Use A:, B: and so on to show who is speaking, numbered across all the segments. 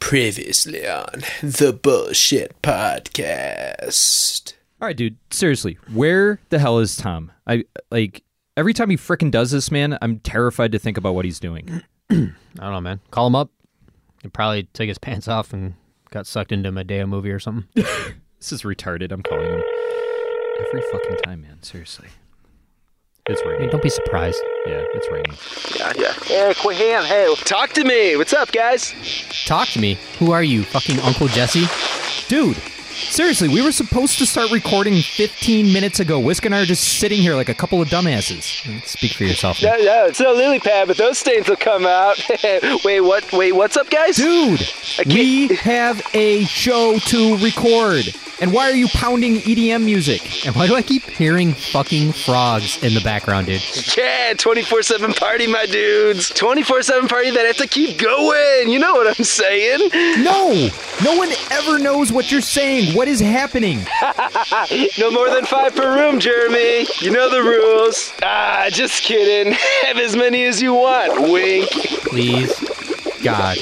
A: Previously on the Bullshit Podcast.
B: All right, dude. Seriously, where the hell is Tom? I like every time he frickin' does this, man. I'm terrified to think about what he's doing.
C: I don't know, man. Call him up. He probably took his pants off and got sucked into a Medea movie or something.
B: This is retarded. I'm calling him every fucking time, man. Seriously, it's
C: I mean,
B: raining.
C: don't be surprised.
B: Yeah, it's raining.
D: Yeah, yeah. Yeah, Quahan, hey. Talk to me. What's up, guys?
C: Talk to me. Who are you, fucking Uncle Jesse?
B: Dude, seriously, we were supposed to start recording 15 minutes ago. Whisk and I are just sitting here like a couple of dumbasses.
C: Speak for yourself.
D: No, no, it's no lily pad, but those stains will come out. wait, what? Wait, what's up, guys?
B: Dude,
D: can't-
B: we have a show to record. And why are you pounding EDM music?
C: And why do I keep hearing fucking frogs in the background, dude?
D: Yeah, 24 7 party, my dudes. 24 7 party that has to keep going. You know what I'm saying?
B: No! No one ever knows what you're saying. What is happening?
D: No more than five per room, Jeremy. You know the rules. Ah, just kidding. Have as many as you want. Wink.
C: Please, God,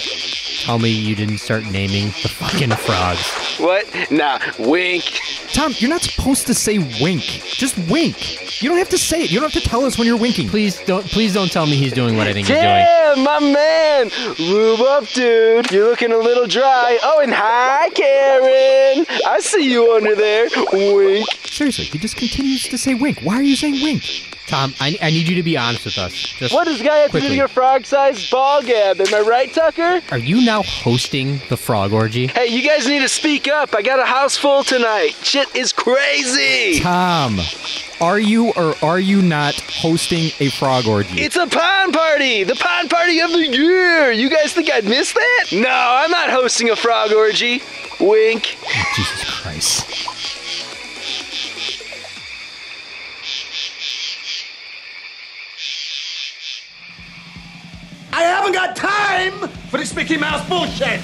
C: tell me you didn't start naming the fucking frogs.
D: What? Nah, wink.
B: Tom, you're not supposed to say wink. Just wink. You don't have to say it. You don't have to tell us when you're winking.
C: Please don't. Please don't tell me he's doing what I think he's doing.
D: Damn, my man! Lube up, dude. You're looking a little dry. Oh, and hi, Karen. I see you under there. Wink.
B: Seriously, he just continues to say wink. Why are you saying wink?
C: Tom, I, I need you to be honest with us. Just,
D: What does guy have to do to
C: Quickly.
D: your frog-sized ball gab? Am I right, Tucker?
C: Are you now hosting the frog orgy?
D: Hey, you guys need to speak up. I got a house full tonight. Shit is crazy.
B: Tom, are you or are you not hosting a frog orgy?
D: It's a pond party! The pond party of the year! You guys think I'd miss that? No, I'm not hosting a frog orgy. Wink.
C: Jesus Christ.
E: I haven't got time for this Mickey Mouse bullshit.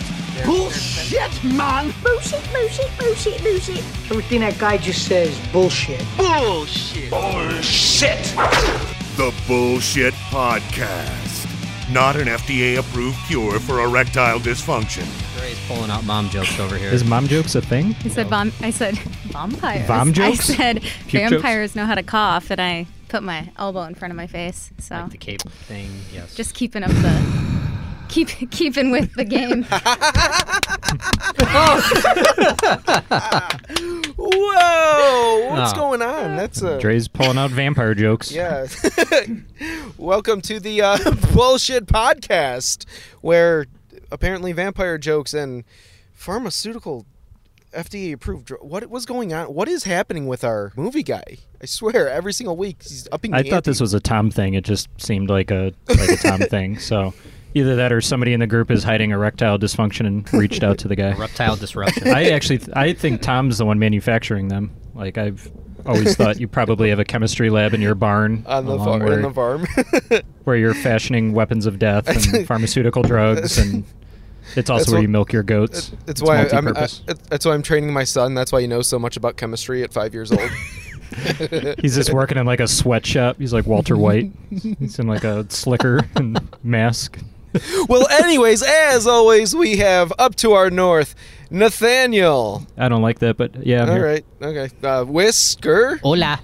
E: Bullshit, man.
F: Bullshit, bullshit, bullshit, bullshit. Everything that guy just says, bullshit.
E: Bullshit.
G: The Bullshit Podcast. Not an FDA approved cure for erectile dysfunction.
C: Gray's pulling out mom jokes over here.
B: mom jokes a thing?
H: I said vom- I said vampires.
B: Vom jokes?
H: I said
B: Puke jokes?
H: vampires know how to cough, and I put my elbow in front of my face. So
C: Like the cape thing, yes.
H: just keeping up the keep keeping with the game.
A: Whoa! What's
C: Oh.
A: going on? That's a.
B: Dre's pulling out vampire jokes.
A: Yeah. Welcome to the uh, Bullshit Podcast, where apparently vampire jokes and pharmaceutical FDA approved. Dr- what was going on? What is happening with our movie guy? I swear, every single week he's upping
I: I
A: the
I: thought this was a Tom thing. It just seemed like a like a Tom thing. So either that or somebody in the group is hiding erectile dysfunction and reached out to the guy.
C: Reptile disruption.
I: I actually th- I think Tom's the one manufacturing them. Like I've always thought you probably have a chemistry lab in your barn
A: on the
I: along
A: farm.
I: where,
A: In the farm.
I: where you're fashioning weapons of death and pharmaceutical drugs and it's also
A: That's
I: where
A: what-
I: you milk your goats.
A: That's
I: It's
A: why I'm. I,
I: multi-purpose.
A: that's why I'm training my son. That's why he knows so much about chemistry at five years old.
I: He's just working in like a sweatshop. He's like Walter White. He's in like a slicker and mask.
A: well, anyways, as always, we have up to our north, Nathaniel.
I: I don't like that, but yeah, I'm
A: All
I: here.
A: right, okay. Uh, Whisker,
C: Hola.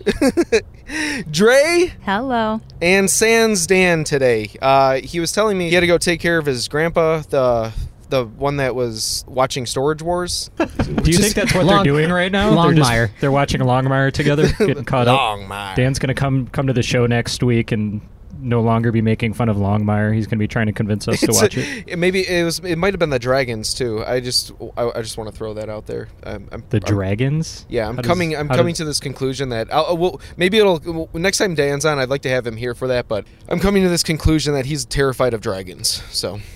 A: Dre,
H: Hello.
A: and Sans Dan today. Uh, he was telling me he had to go take care of his grandpa, the the one that was watching Storage Wars.
I: Do you think that's what
C: Long-
I: they're doing right now? They're, just-
C: Longmire.
I: they're watching Longmire together, getting caught up. Dan's gonna come come to the show next week and no longer be making fun of Longmire. He's gonna be trying to convince us to
A: It's-
I: watch it.
A: Maybe it was. It might have been the dragons too. I just I, I just want to throw that out there. Um, I'm,
I: The
A: I'm-
I: dragons.
A: Yeah, I'm
I: How does-
A: coming. I'm
I: how
A: coming
I: does-
A: to this conclusion that I'll, well, maybe it'll well, next time Dan's on. I'd like to have him here for that, but I'm coming to this conclusion that he's terrified of dragons. So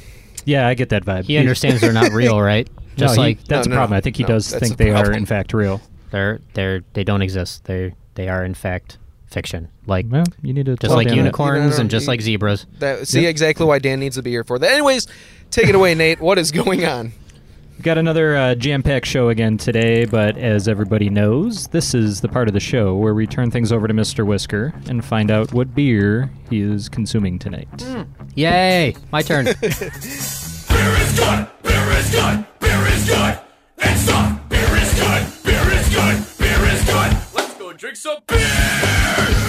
I: Yeah, I get that vibe.
C: He understands they're not real, right?
I: No,
C: Just
I: he-
C: like
I: that's
A: No,
I: a
A: no,
I: problem. I think he
A: no,
I: does
A: that's a
I: think they are
A: problem.
I: in fact real.
C: they're they're they don't exist. They they are in fact fiction. Like
I: Well, you need to
C: just
I: tell
C: like
I: Dan that.
A: You know, I
C: unicorns
A: don't-
C: and just like zebras.
A: that see exactly why Dan needs to be here for that. Anyways, take it away, Nate. What is going on?
I: We've got another uh, jam-packed show again today, but as everybody knows, this is the part of the show where we turn things over to Mr. Whisker and find out what beer he is consuming tonight.
C: Yay! My turn.
E: Beer is good. Beer is good. Beer is good. And soft. Beer is good. Beer is good. Beer is good. Let's go drink some beer.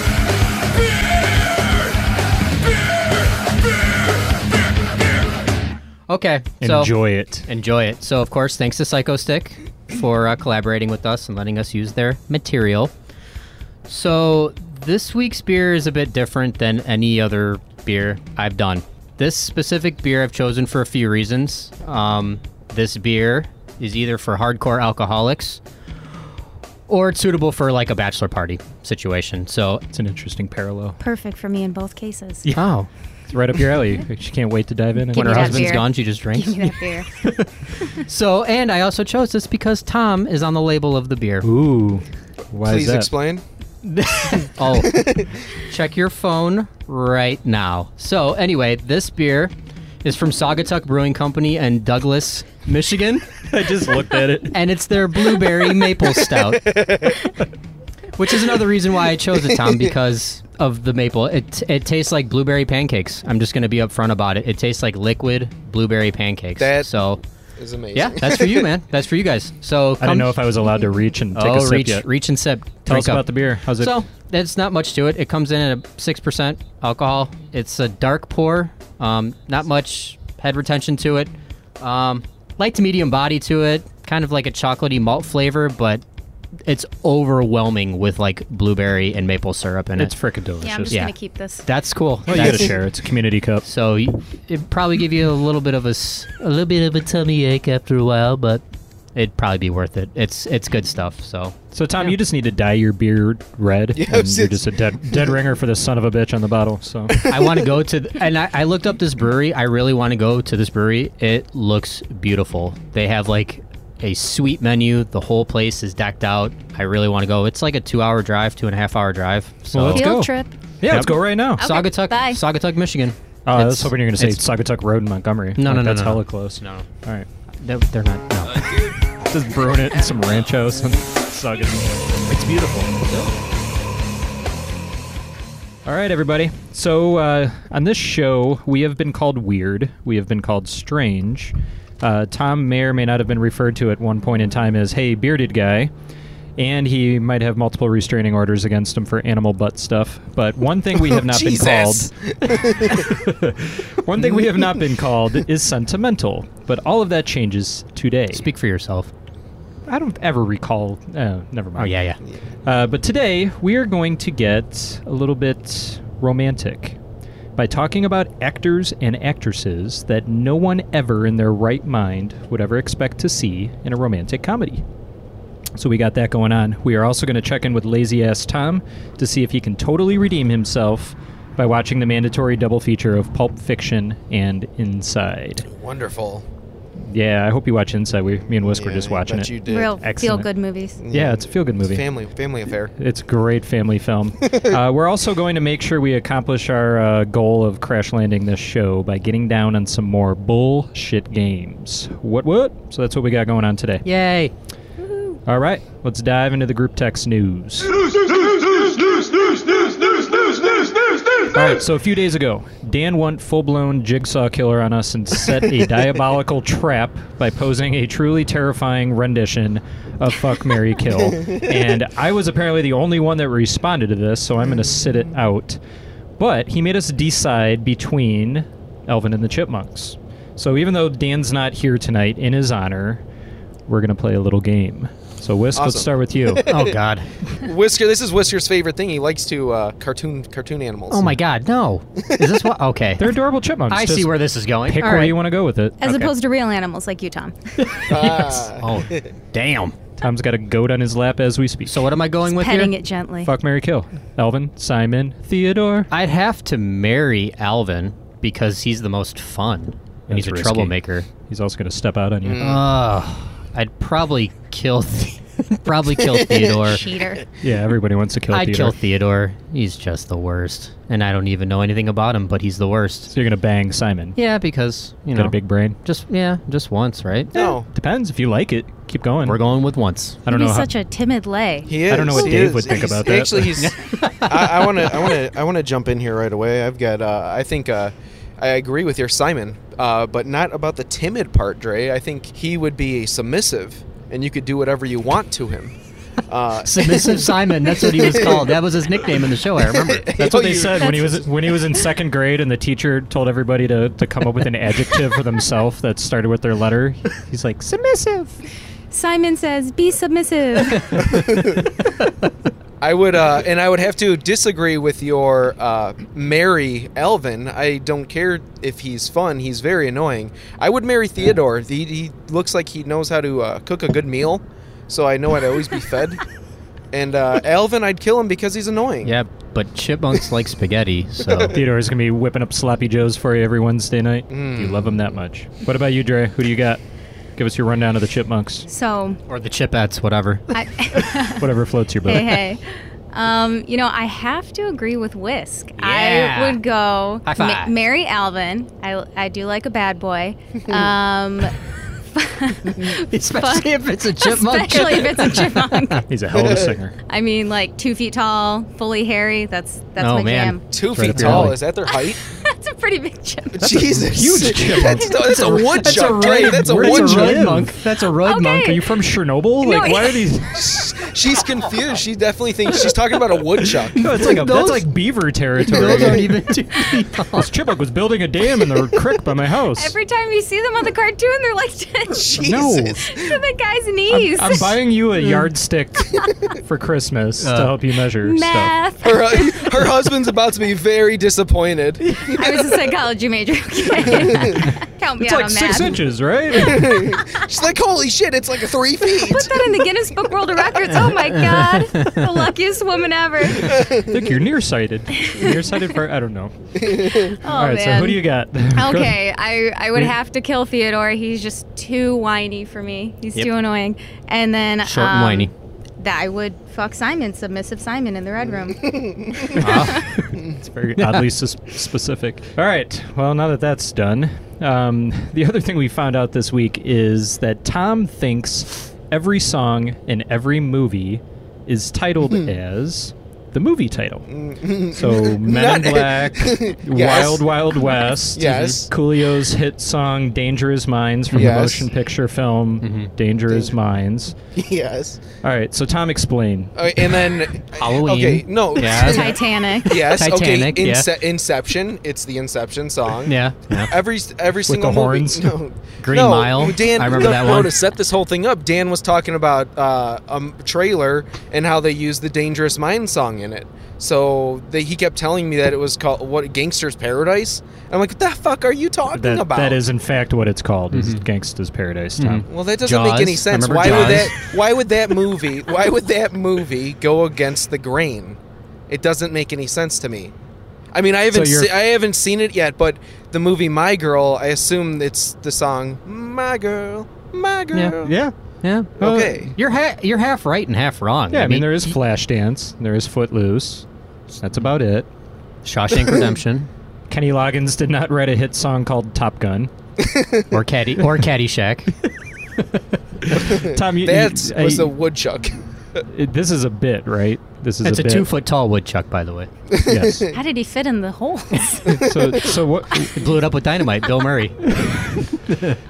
C: Okay. So
I: Enjoy it.
C: enjoy it. So, of course, thanks to Psycho Stick for uh, collaborating with us and letting us use their material. So, this week's beer is a bit different than any other beer I've done. This specific beer I've chosen for a few reasons. Um, this beer is either for hardcore alcoholics or it's suitable for like a bachelor party situation. So,
I: It's an interesting parallel.
H: Perfect for me in both cases.
I: Oh, it's right up your alley. She can't wait to dive in. And
H: Give
C: when
H: me
C: her
H: that
C: husband's
H: beer.
C: gone, she just drinks.
H: Give me that beer.
C: So, and I also chose this because Tom is on the label of the beer.
I: Ooh, why is
A: Please
I: that?
A: explain.
C: Oh, check your phone right now. So, anyway, this beer is from Saugatuck Brewing Company in Douglas, Michigan,
I: I just looked at it.
C: and it's their blueberry maple stout, which is another reason why I chose it, Tom, because of the maple. It it tastes like blueberry pancakes. I'm just going to be upfront about it. It tastes like liquid blueberry pancakes.
A: That-
C: so,
A: Is amazing.
C: yeah, that's for you, man. That's for you guys. So,
I: I
C: come-
I: didn't know if I was allowed to reach and take
C: oh,
I: a sip
C: reach,
I: yet.
C: reach and sip.
I: Tell
C: Drink
I: us
C: up.
I: about the beer. How's it?
C: So that's not much to it. It comes in at a six percent alcohol. It's a dark pour. Um, not much head retention to it. Um, light to medium body to it. Kind of like a chocolatey malt flavor, but it's overwhelming with like blueberry and maple syrup in
I: it's
C: it.
I: frickin' delicious.
H: Yeah, I'm just
C: Yeah.
H: gonna keep this.
C: That's cool.
I: well, you
C: That's-
I: gotta share. It's a community cup.
C: So y- it probably give you a little bit of a s- a little bit of a tummy ache after a while, but it'd probably be worth it. It's it's good stuff. So
I: So Tom, you just need to dye your beard red,
A: Yeah, I
I: and
A: was
I: you're
A: just-
I: just a dead dead ringer for the son of a bitch on the bottle. So
C: I want to go to, th- and I, I looked up this brewery. I really want to go to this brewery. It looks beautiful. They have like a sweet menu. The whole place is decked out. I really want to go. It's like a two-hour drive, two and a half-hour drive. So
I: Well, let's
H: Field
I: go.
H: trip.
I: yeah, let's go right now.
H: Okay,
C: Saugatuck,
H: bye.
C: Saugatuck, Michigan.
I: Uh, I was
C: It's-
I: hoping you're gonna say
C: it's-
I: Saugatuck Road in Montgomery.
C: No,
I: Like,
C: no, no,
I: that's
C: no, no.
I: hella close.
C: No,
I: All right,
C: they're, they're not. No.
I: just brewing it in some ranchos and Saugatuck. It's beautiful. All right, everybody. So uh, on this show, we have been called weird. We have been called strange. Uh, Tom may or may not have been referred to at one point in time as "Hey, bearded guy," and he might have multiple restraining orders against him for animal butt stuff. But one thing we have not been called.
A: Jesus.
I: One thing we have not been called is sentimental, but all of that changes today.
C: Speak for yourself.
I: I don't ever recall. Uh, never mind.
C: Oh yeah, yeah.
I: Uh, but today we are going to get a little bit romantic by talking about actors and actresses that no one ever in their right mind would ever expect to see in a romantic comedy. So we got that going on. We are also going to check in with lazy ass Tom to see if he can totally redeem himself by watching the mandatory double feature of Pulp Fiction and Inside.
A: Wonderful.
I: Yeah, I hope you watch Inside. We, me and Whisk were
A: Yeah,
I: just
A: I
I: watching
A: bet
I: it.
A: You did.
H: Real
I: Excellent.
H: feel-good movies.
I: Yeah, it's a feel good movie.
A: Family family affair.
I: It's a great family film. uh, we're also going to make sure we accomplish our uh, goal of crash landing this show by getting down on some more bullshit games. What, what? So that's what we got going on today.
C: Yay!
I: All right, let's dive into the group text news. All right, so a few days ago, Dan Wunt full blown jigsaw killer on us and set a diabolical trap by posing a truly terrifying rendition of Fuck Mary Kill. and I was apparently the only one that responded to this, so I'm going to sit it out. But he made us decide between Elvin and the Chipmunks. So even though Dan's not here tonight, in his honor, we're going to play a little game. So, Whisk, let's
A: Awesome.
I: start with you.
C: Oh god.
A: Whisker. This is Whisker's favorite thing. He likes to uh, cartoon cartoon animals.
C: Oh my god. No. Is this what? Okay.
I: They're adorable chipmunks.
C: I
I: Just
C: see where this is going.
I: Pick
C: All
I: where
C: right.
I: you want to go with it.
H: As
C: Okay.
H: opposed to real animals like you, Tom.
A: Ah.
C: Oh, damn.
I: Tom's got a goat on his lap as we speak.
C: So what am I going with
H: Petting
C: here?
H: it gently.
I: Fuck Mary Kill. Elvin, Simon, Theodore.
C: I'd have to marry Alvin because he's the most fun. And he's a
I: That's risky.
C: troublemaker.
I: He's also going to step out on you.
H: Mm.
C: Ugh. I'd probably kill the- probably kill Theodore.
H: Cheater.
I: Yeah, everybody wants to kill
C: I'd
I: Theodore.
C: kill Theodore. He's just the worst. And I don't even know anything about him, but he's the worst.
I: so you're going to bang Simon.
C: Yeah, because, you
I: Got
C: know,
I: a big brain.
C: just yeah, just once, right?
A: No,
I: Depends if you like it. Keep going.
C: We're going with once.
I: I don't
H: He'd
I: know
H: be
I: how.
H: such a timid lay.
A: he is.
I: I don't know what
A: He
I: Dave
A: is.
I: would think
A: He's-
I: about that,
A: Actually,
I: but-
A: he's. I want to. I want to. I want to jump in here right away. I've got. Uh, I think. Uh, I agree with your Simon. uh, but not about the timid part, Dre. I think he would be submissive, and you could do whatever you want to him. Uh,
C: Submissive Simon. That's what he was called. That was his nickname in the show. I remember.
I: That's what
A: Oh,
I: they
A: you-
I: said when he was when he was in second grade, and the teacher told everybody to, to come up with an adjective for themselves that started with their letter. He's like submissive.
H: Simon says, "Be submissive."
A: I would, uh, and I would have to disagree with your uh, marry Elvin. I don't care if he's fun; he's very annoying. I would marry Theodore. He, he looks like he knows how to uh, cook a good meal, so I know I'd always be fed. And uh, Alvin, I'd kill him because he's annoying.
C: Yeah, but chipmunks like spaghetti, so
I: Theodore's gonna be whipping up sloppy joes for you every Wednesday night.
H: Mm.
I: If You love him that much. What about you, Dre? Who do you got? Give us your rundown of the chipmunks.
H: so,
C: or the chipettes, whatever.
H: I,
I: Whatever floats your boat.
H: hey, hey. Um, you know, I have to agree with Whisk.
C: Yeah.
H: I would go
C: High five.
H: Mary Alvin. I, I do like a bad boy. Um,
C: Especially if it's a
I: Oh,
C: chipmunk.
H: especially if it's a chipmunk.
I: He's a hell of a singer.
H: I mean, like two feet tall, fully hairy. That's that's
C: Oh,
H: my
C: man.
H: jam.
A: Two
I: Right
A: feet
I: up your
A: tall
I: alley.
A: is that their height?
H: That's a pretty big chip.
A: Jesus,
I: huge chipmunk.
A: that's, that's a woodchuck. Dre. That's a
I: red-
C: That's a
A: woodchuck.
I: red-
C: road monk. That's a road
H: Okay.
C: monk.
I: Are you from Chernobyl? Like,
H: No,
I: why are these?
A: She's confused. She definitely thinks she's talking about a woodchuck.
I: No, it's like a,
C: Those-
I: that's like beaver
C: Those aren't
I: territory.
C: even two feet tall.
I: This chipmunk was building a dam in the creek by my house.
H: Every time you see them on the cartoon, they're like to
I: no,
A: Jesus.
H: the guy's knees.
I: I'm buying you a yardstick for Christmas to help you measure stuff.
H: Math.
A: Her, her husband's about to be very disappointed.
H: I was a psychology major. Okay. Count me
I: It's
H: out
I: like
H: on
I: six
H: math.
I: inches, right?
A: She's like, holy shit, it's like three feet.
H: Put that in the Guinness Book World of Records. Oh my God. The luckiest woman ever.
I: I think you're nearsighted. Nearsighted for I don't know.
H: Oh
I: All right,
H: man.
I: so who do you got?
H: Okay, I, I would have to kill Theodore. He's just too whiny for me. He's too annoying. And then
C: Short and
H: um,
C: whiny.
H: That I would fuck Simon, submissive Simon, in the red room.
I: It's very oddly s- specific. All right. Well, now that that's done, um, the other thing we found out this week is that Tom thinks every song in every movie is titled
A: Hmm.
I: as the movie title. So Men in Black, Wild Wild West,
A: Yes.
I: Coolio's hit song Dangerous Minds from
A: Yes.
I: the motion picture film Dangerous Minds.
A: yes.
I: All right. So Tom, explain.
A: Uh, and then
C: Halloween.
A: Okay, no.
C: Yeah.
H: Titanic.
A: Yes.
C: Titanic,
A: okay.
C: yeah.
A: Ince- Inception. It's the Inception song.
C: Yeah. yeah.
A: Every every single
I: the
A: movie-
I: horns?
A: No,
C: Green
A: no,
C: Mile.
A: Dan,
C: I remember
A: no,
C: that
A: no,
C: one.
A: To set this whole thing up, Dan was talking about uh, a m- trailer and how they used the Dangerous Mind song in it. So they, he kept telling me that it was called what Gangster's Paradise. I'm like, what the fuck are you talking
I: That,
A: about?
I: that is in fact what it's called. Is Gangsta's Paradise, Tom.
A: Well, that doesn't make
C: Jaws.
A: any sense.
C: Remember
A: Why
C: Jaws?
A: would that? Why would that movie? Why would that movie go against the grain? It doesn't make any sense to me. I mean, I haven't
I: you're-
A: se- I haven't seen it yet, but the movie My Girl, I assume it's the song My Girl, My Girl.
I: Yeah.
C: Yeah.
A: Okay.
C: Oh, You're ha- you're half right and half wrong.
I: Yeah, I mean, there is Flashdance, there is Footloose. That's about it.
C: Shawshank Redemption
I: Kenny Loggins did not write a hit song called Top Gun.
C: or Caddy or Caddyshack.
I: Tom, you,
A: That
I: you-
A: was
I: I-
A: a woodchuck.
I: it- this is a bit, right? This is
C: It's a,
I: bit.
C: two foot tall woodchuck, by the way.
I: Yes.
H: How did he fit in the holes?
I: so, so what?
C: It blew it up with dynamite. Bill Murray.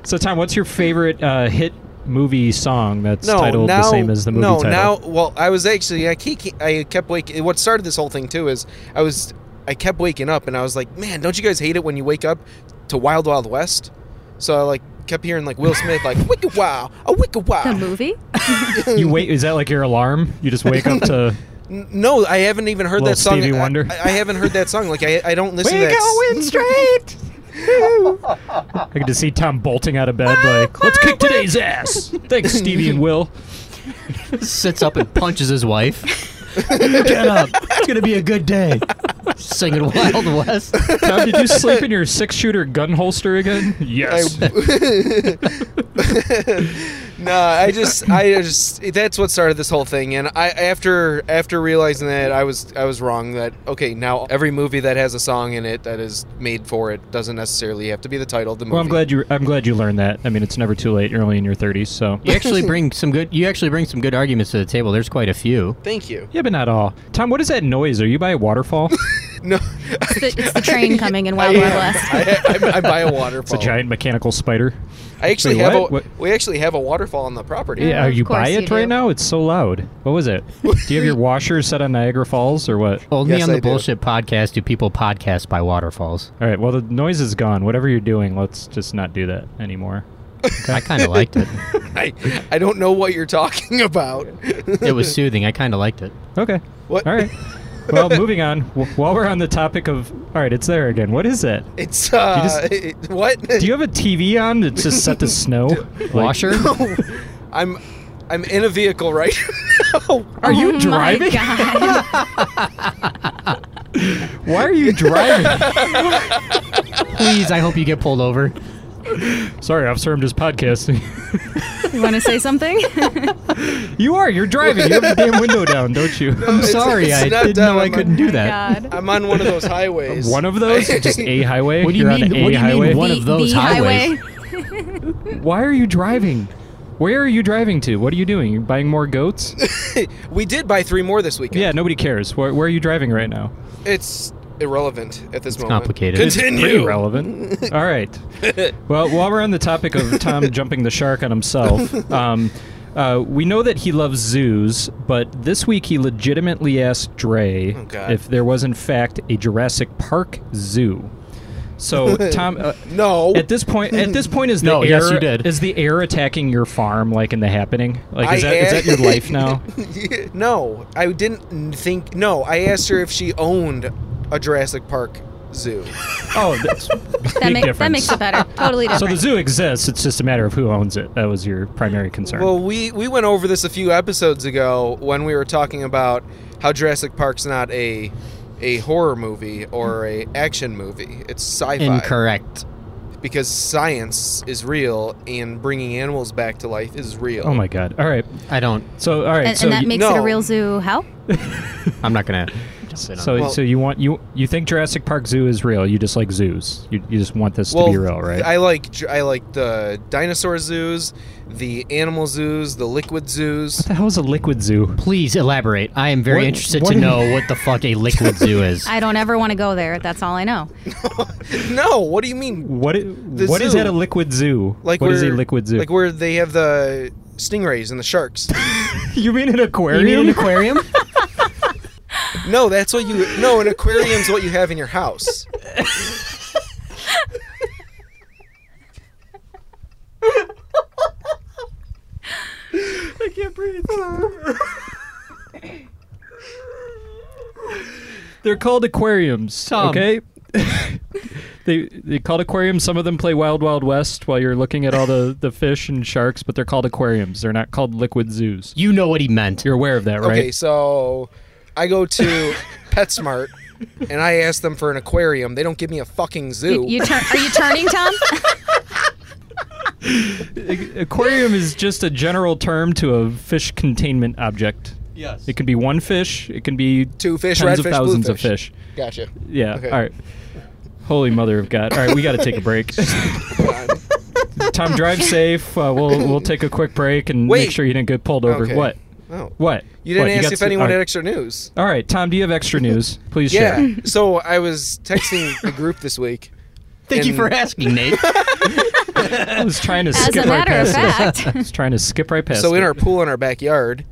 I: So, Tom, what's your favorite uh, hit movie song that's
A: No,
I: titled
A: now
I: the same as the movie
A: no,
I: title?
A: now well, I was actually I keep I kept waking. What started this whole thing too is I was I kept waking up and I was like, man, don't you guys hate it when you wake up to Wild Wild West? So I like kept hearing like Will Smith like wicked wow, a wicked wow.
H: the movie?
I: you wait. Is that like your alarm? You just wake up to
A: N- No, I haven't even heard
I: Little
A: that song.
I: Stevie
A: I-
I: Wonder.
A: I, I haven't heard that song. Like I, I don't listen to that. s-
I: straight. I could just see Tom bolting out of bed, like, "Let's kick today's ass!" Thanks, Stevie and Will.
C: Sits up and punches his wife.
I: Get up. It's gonna be a good day.
C: Singing Wild West.
I: Tom, did you sleep in your six shooter gun holster again? Yes.
A: no, I just, I just, that's what started this whole thing. And I, after, after realizing that I was, I was wrong. That okay, now every movie that has a song in it that is made for it doesn't necessarily have to be the title of the movie.
I: Well, I'm glad you. I'm glad you learned that. I mean, it's never too late. You're only in your 30s, so
C: You actually bring some good. You actually bring some good arguments to the table. There's quite a few.
A: Thank you.
I: yeah, but not all. Tom, what is that noise? Are you by a waterfall?
A: No,
H: It's the, it's the train coming in Wild
A: I,
H: Wild West.
A: I, I, I buy a waterfall.
H: Oh.
I: it's a giant mechanical spider.
A: I actually
I: Wait,
A: have
I: what?
A: a.
I: What-
A: We actually have a waterfall on the property.
I: Yeah, are
H: of
I: you
H: course
I: by
H: you
I: it right
H: do.
I: now? It's so loud. What was it? Do you have your washer set on Niagara Falls or what?
C: Only
A: Yes,
C: on the
A: I do.
C: bullshit podcast do people podcast by waterfalls.
I: All right. Well, the noise is gone. Whatever you're doing, let's just not do that anymore.
C: I kind of liked it.
A: I, I don't know what you're talking about.
C: It was soothing. I kind of liked it.
I: Okay.
A: What?
I: All right. Well, moving on. W- while we're on the topic of, all right, it's there again. What is that?
A: It's uh,
I: just-
A: it- what?
I: Do you have a TV on that's just set to snow? Like,
C: Washer.
A: I'm, I'm in a vehicle right now.
I: Are you driving?
H: My Oh God.
I: Why are you driving?
C: Please, I hope you get pulled over.
I: Sorry, officer. I'm just podcasting.
H: You want to say something? Oh
I: you are. You're driving. You have the damn window down, don't you?
C: I'm sorry.
A: it's
C: I
A: not
C: didn't
A: down
C: know I
A: on my-
C: couldn't do that.
H: God.
A: I'm on one of those highways.
I: One of those? Just a highway?
C: What do you
I: You're
C: mean-
I: on a
C: what do you mean
I: highway?
C: one
H: The-
C: of those
H: the
C: highways.
H: highway.
I: Why are you driving? Where are you driving to? What are you doing? You're buying more goats?
A: we did buy three more this weekend.
I: yeah, nobody cares. Where, where are you driving right now?
A: It's irrelevant at this moment.
C: complicated. It's
I: Pretty
A: Continue.
I: relevant. All right. Well, while we're on the topic of Tom jumping the shark on himself, um, uh, we know that he loves zoos, but this week he legitimately asked Dre
A: God.
I: if there was, in fact, a Jurassic Park zoo. So, Tom, uh,
A: no.
I: At this point, at this point, is the
C: No,
I: air
C: yes, you did.
I: is the air attacking your farm like in the happening? Like is
A: I
I: that, is that
A: am-
I: your life now?
A: no, I didn't think. No, I asked her if she owned a Jurassic Park zoo.
I: Oh, that's
H: That,
I: big
H: make,
I: difference.
H: that makes it better. Totally
I: so the
H: different.
I: zoo exists. It's just a matter of who owns it. That was your primary concern.
A: Well, we we went over this a few episodes ago when we were talking about how Jurassic Park's not a a horror movie or a action movie. It's sci-fi
C: Incorrect.
A: because science is real and bringing animals back to life is real.
I: oh my god! All right.
C: I don't.
I: So all right.
H: and,
I: so
H: and that
I: you,
H: makes it
A: no.
H: a real zoo. How?
C: I'm not gonna. Sit on.
I: so,
C: it.
A: Well-
I: so you want you you think Jurassic Park Zoo is real? You just like zoos. You, you just want this
A: Well,
I: to be real, right?
A: I like dr- I like the dinosaur zoos, the animal zoos, the liquid zoos.
I: the hell is a liquid zoo?
C: Please elaborate. I am very
I: What-
C: interested
I: what do
C: to
I: you-
C: know what the fuck a liquid zoo is.
H: I don't ever want to go there. That's all I know.
A: No, what do you mean?
I: What i- what is
A: zoo.
I: at a liquid zoo?
A: Like
I: what
A: where,
I: is a liquid zoo?
A: Like where they have the stingrays and the sharks.
I: you mean an aquarium?
C: you mean an aquarium?
A: no, that's what you. No, an aquarium's what you have in your house.
I: They're called aquariums.
C: Tom.
I: Okay. they they called aquariums. Some of them play Wild Wild West while you're looking at all the, the fish and sharks, but they're called aquariums. They're not called liquid zoos.
C: you know what he meant.
I: You're aware of that, right?
A: Okay, so I go to PetSmart and I ask them for an aquarium. They don't give me a fucking zoo.
H: You, you turn? Are you turning, Tom?
I: A- aquarium is just a general term to a fish containment object. Yes. It can be one fish. It can be
A: Two fish,
I: tens
A: red
I: of
A: fish, blue
I: thousands of
A: fish.
I: fish.
A: gotcha.
I: Yeah.
A: Okay.
I: All right. Holy mother of God! All right, we got to take a break.
A: Oh.
I: Tom, drive safe. Uh, we'll we'll take a quick break and
A: Wait.
I: make sure you didn't get pulled over.
A: Okay.
I: What?
A: Oh.
I: What?
A: You didn't
I: What,
A: ask
I: got
A: if
I: some-
A: anyone
I: all
A: had
I: right.
A: extra news.
I: All right, Tom, do you have extra news? Please share.
A: Yeah. so I was texting the group this week.
C: Thank you
A: And-
C: for asking, Nate.
I: I was trying to
H: As
I: skip
H: a
I: right
H: matter of
I: past this.
H: fact.
I: I was trying to skip right past.
A: So in
I: it.
A: our pool in our backyard,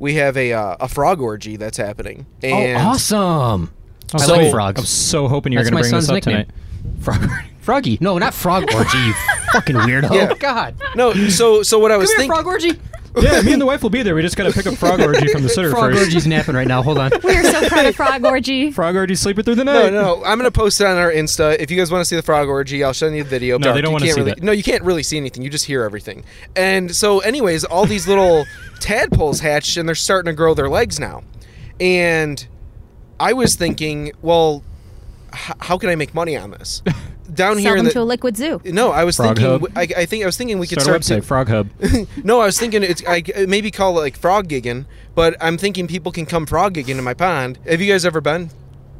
A: we have a uh, a frog orgy that's happening.
C: oh,
A: And
C: awesome.
I: I was
C: I love
I: hoping-
C: frogs.
I: I'm so hoping you're
C: That's
I: going to
C: my
I: bring this
C: son's
I: up
C: nickname.
I: tonight.
C: Frog, froggy. No, not frog orgy. You fucking weirdo. Oh,
A: Yeah.
C: God.
A: No, so so what I was
C: Come here,
A: thinking.
C: frog orgy.
I: yeah, me and the wife will be there. We just got to pick up Frog Orgy from the sitter
C: Frog
I: first.
C: orgy's napping right now. Hold on.
H: We are so proud of Frog Orgy.
I: Frog Orgy sleeping through the
A: No,
I: night.
A: no, I'm gonna post it on our Insta. If you guys want to see the frog orgy, I'll send you the video.
I: No, they don't
A: you
I: wanna
A: can't
I: see
A: really,
I: that.
A: No, you can't really see anything. You just hear everything. And so, anyways, all these little tadpoles hatched, and they're starting to grow their legs now. And I was thinking, well, h- how can I make money on this? down here
H: Sell
A: in
H: them
A: the
H: to a liquid zoo.
A: no, I was
I: Frog
A: thinking.
I: Hub.
A: I, I think I was thinking we could
I: Start a website,
A: start, to-
I: Frog Hub.
A: no, I was thinking it's I maybe call it like frog gigging, but I'm thinking people can come frog gigging in my pond. Have you guys ever been?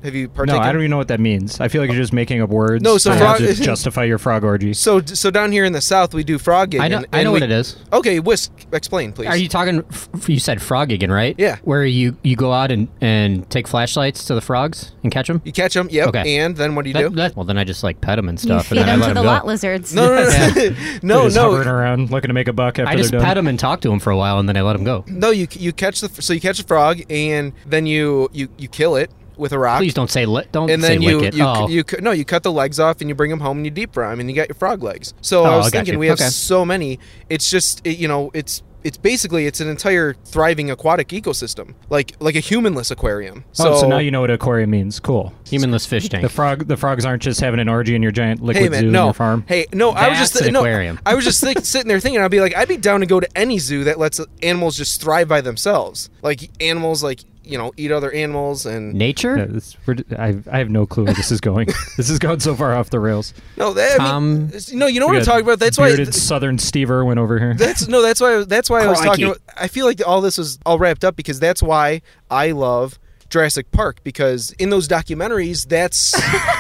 A: Have you
I: No,
A: partaken?
I: I don't even know what that means. I feel like you're just making up words.
A: No, so
I: to
A: frog-
I: just justify your frog orgy.
A: So so down here in the south we do frog gigging.
C: I know. I
A: and
C: know
A: we-
C: what it is.
A: Okay, Whisk, explain please.
C: Are you talking? f- f- You said frog again, right?
A: Yeah.
C: Where you you go out and and take flashlights to the frogs and catch them.
A: You catch them, yep.
C: Okay.
A: And then what do you do?
C: well, then I just like pet them and
H: You
C: stuff,
H: feed
C: and then
H: them
C: I let
H: to the
C: them go.
H: lot lizards.
A: No, no, no,
I: They're
A: no,
I: just hovering
A: no,
I: around looking to make a buck after
C: I just
I: they're done.
C: pet them and talk to them for a while, and then I let them go.
A: no. You you catch the so you catch the frog and then you you you kill it with a rock.
C: Please don't say li- don't
A: and
C: say
A: then you
C: lick it.
A: you,
C: oh.
A: you cu- no you cut the legs off and you bring them home and you deep fry 'em and you got your frog legs. So I
C: Oh,
A: was
C: I got
A: thinking
C: you.
A: we have
C: Okay.
A: so many. It's just it, you know it's it's basically it's an entire thriving aquatic ecosystem like like a humanless aquarium. So,
I: oh, so now you know what aquarium means. Cool.
C: humanless fish tank.
I: The frog, the frogs aren't just having an orgy in your giant liquid
A: Hey man,
I: zoo in
A: no.
I: your farm.
A: Hey, no. I was
C: That's
A: just
C: an
A: no,
C: aquarium.
A: I was just think, sitting there thinking. I'd be like, I'd be down to go to any zoo that lets animals just thrive by themselves. Like animals, like you know, eat other animals and
C: Nature.
I: Yeah, this- we're- I, I have no clue where this is going. this is going so far off the rails.
A: no. That, I
C: Tom-
A: mean, it's- no, you know what
I: We
A: I'm
I: got
A: talking about. That's
I: bearded
A: why.
I: Southern Steve Irwin over here.
A: That's no. That's why. That's why I was
C: Crikey.
A: talking. About, I feel like all this was all wrapped up because that's why I love Jurassic Park because in those documentaries, that's.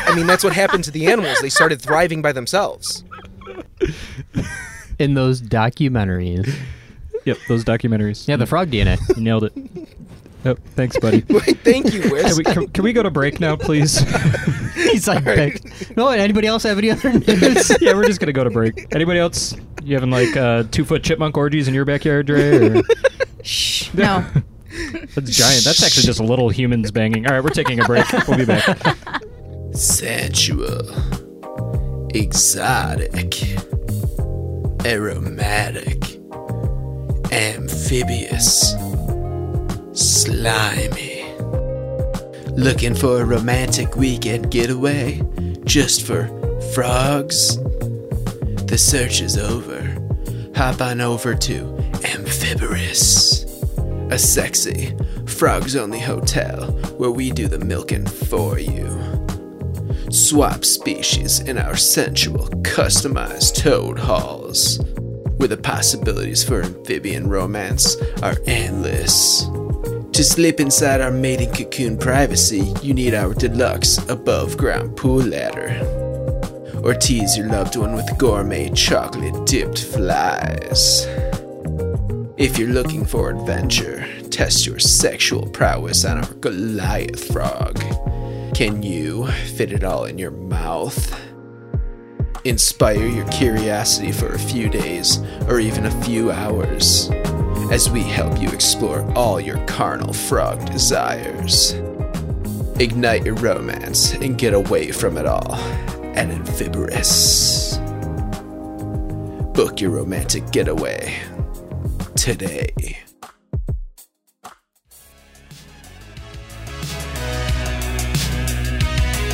A: I mean, that's what happened to the animals. They started thriving by themselves.
C: in those documentaries.
I: Yep, those documentaries.
C: Yeah, the frog DNA.
I: You nailed it. Yep, thanks, buddy.
A: Thank you, Wiz.
I: Can we, can, can we go to break now, please?
C: He's like, "Hey, no. Anybody else have any other news?
I: yeah, we're just gonna go to break. Anybody else? You having like uh, two foot chipmunk orgies in your backyard, Dre? Or?
H: Shh. No.
I: That's giant. That's actually just little humans banging. All right, we're taking a break. We'll be back.
E: sensual, exotic, aromatic, amphibious, slimy. Looking for a romantic weekend getaway just for frogs? The search is over. Hop on over to Amphibious, a sexy, frogs only hotel where we do the milking for you swap species in our sensual, customized toad halls, where the possibilities for amphibian romance are endless. To sleep inside our mating cocoon privacy, you need our deluxe above ground pool ladder. Or tease your loved one with gourmet chocolate dipped flies. If you're looking for adventure, test your sexual prowess on our Goliath frog. Can you fit it all in your mouth? Inspire your curiosity for a few days or even a few hours as we help you explore all your carnal frog desires. Ignite your romance and get away from it all at Amphibious. Book your romantic getaway today.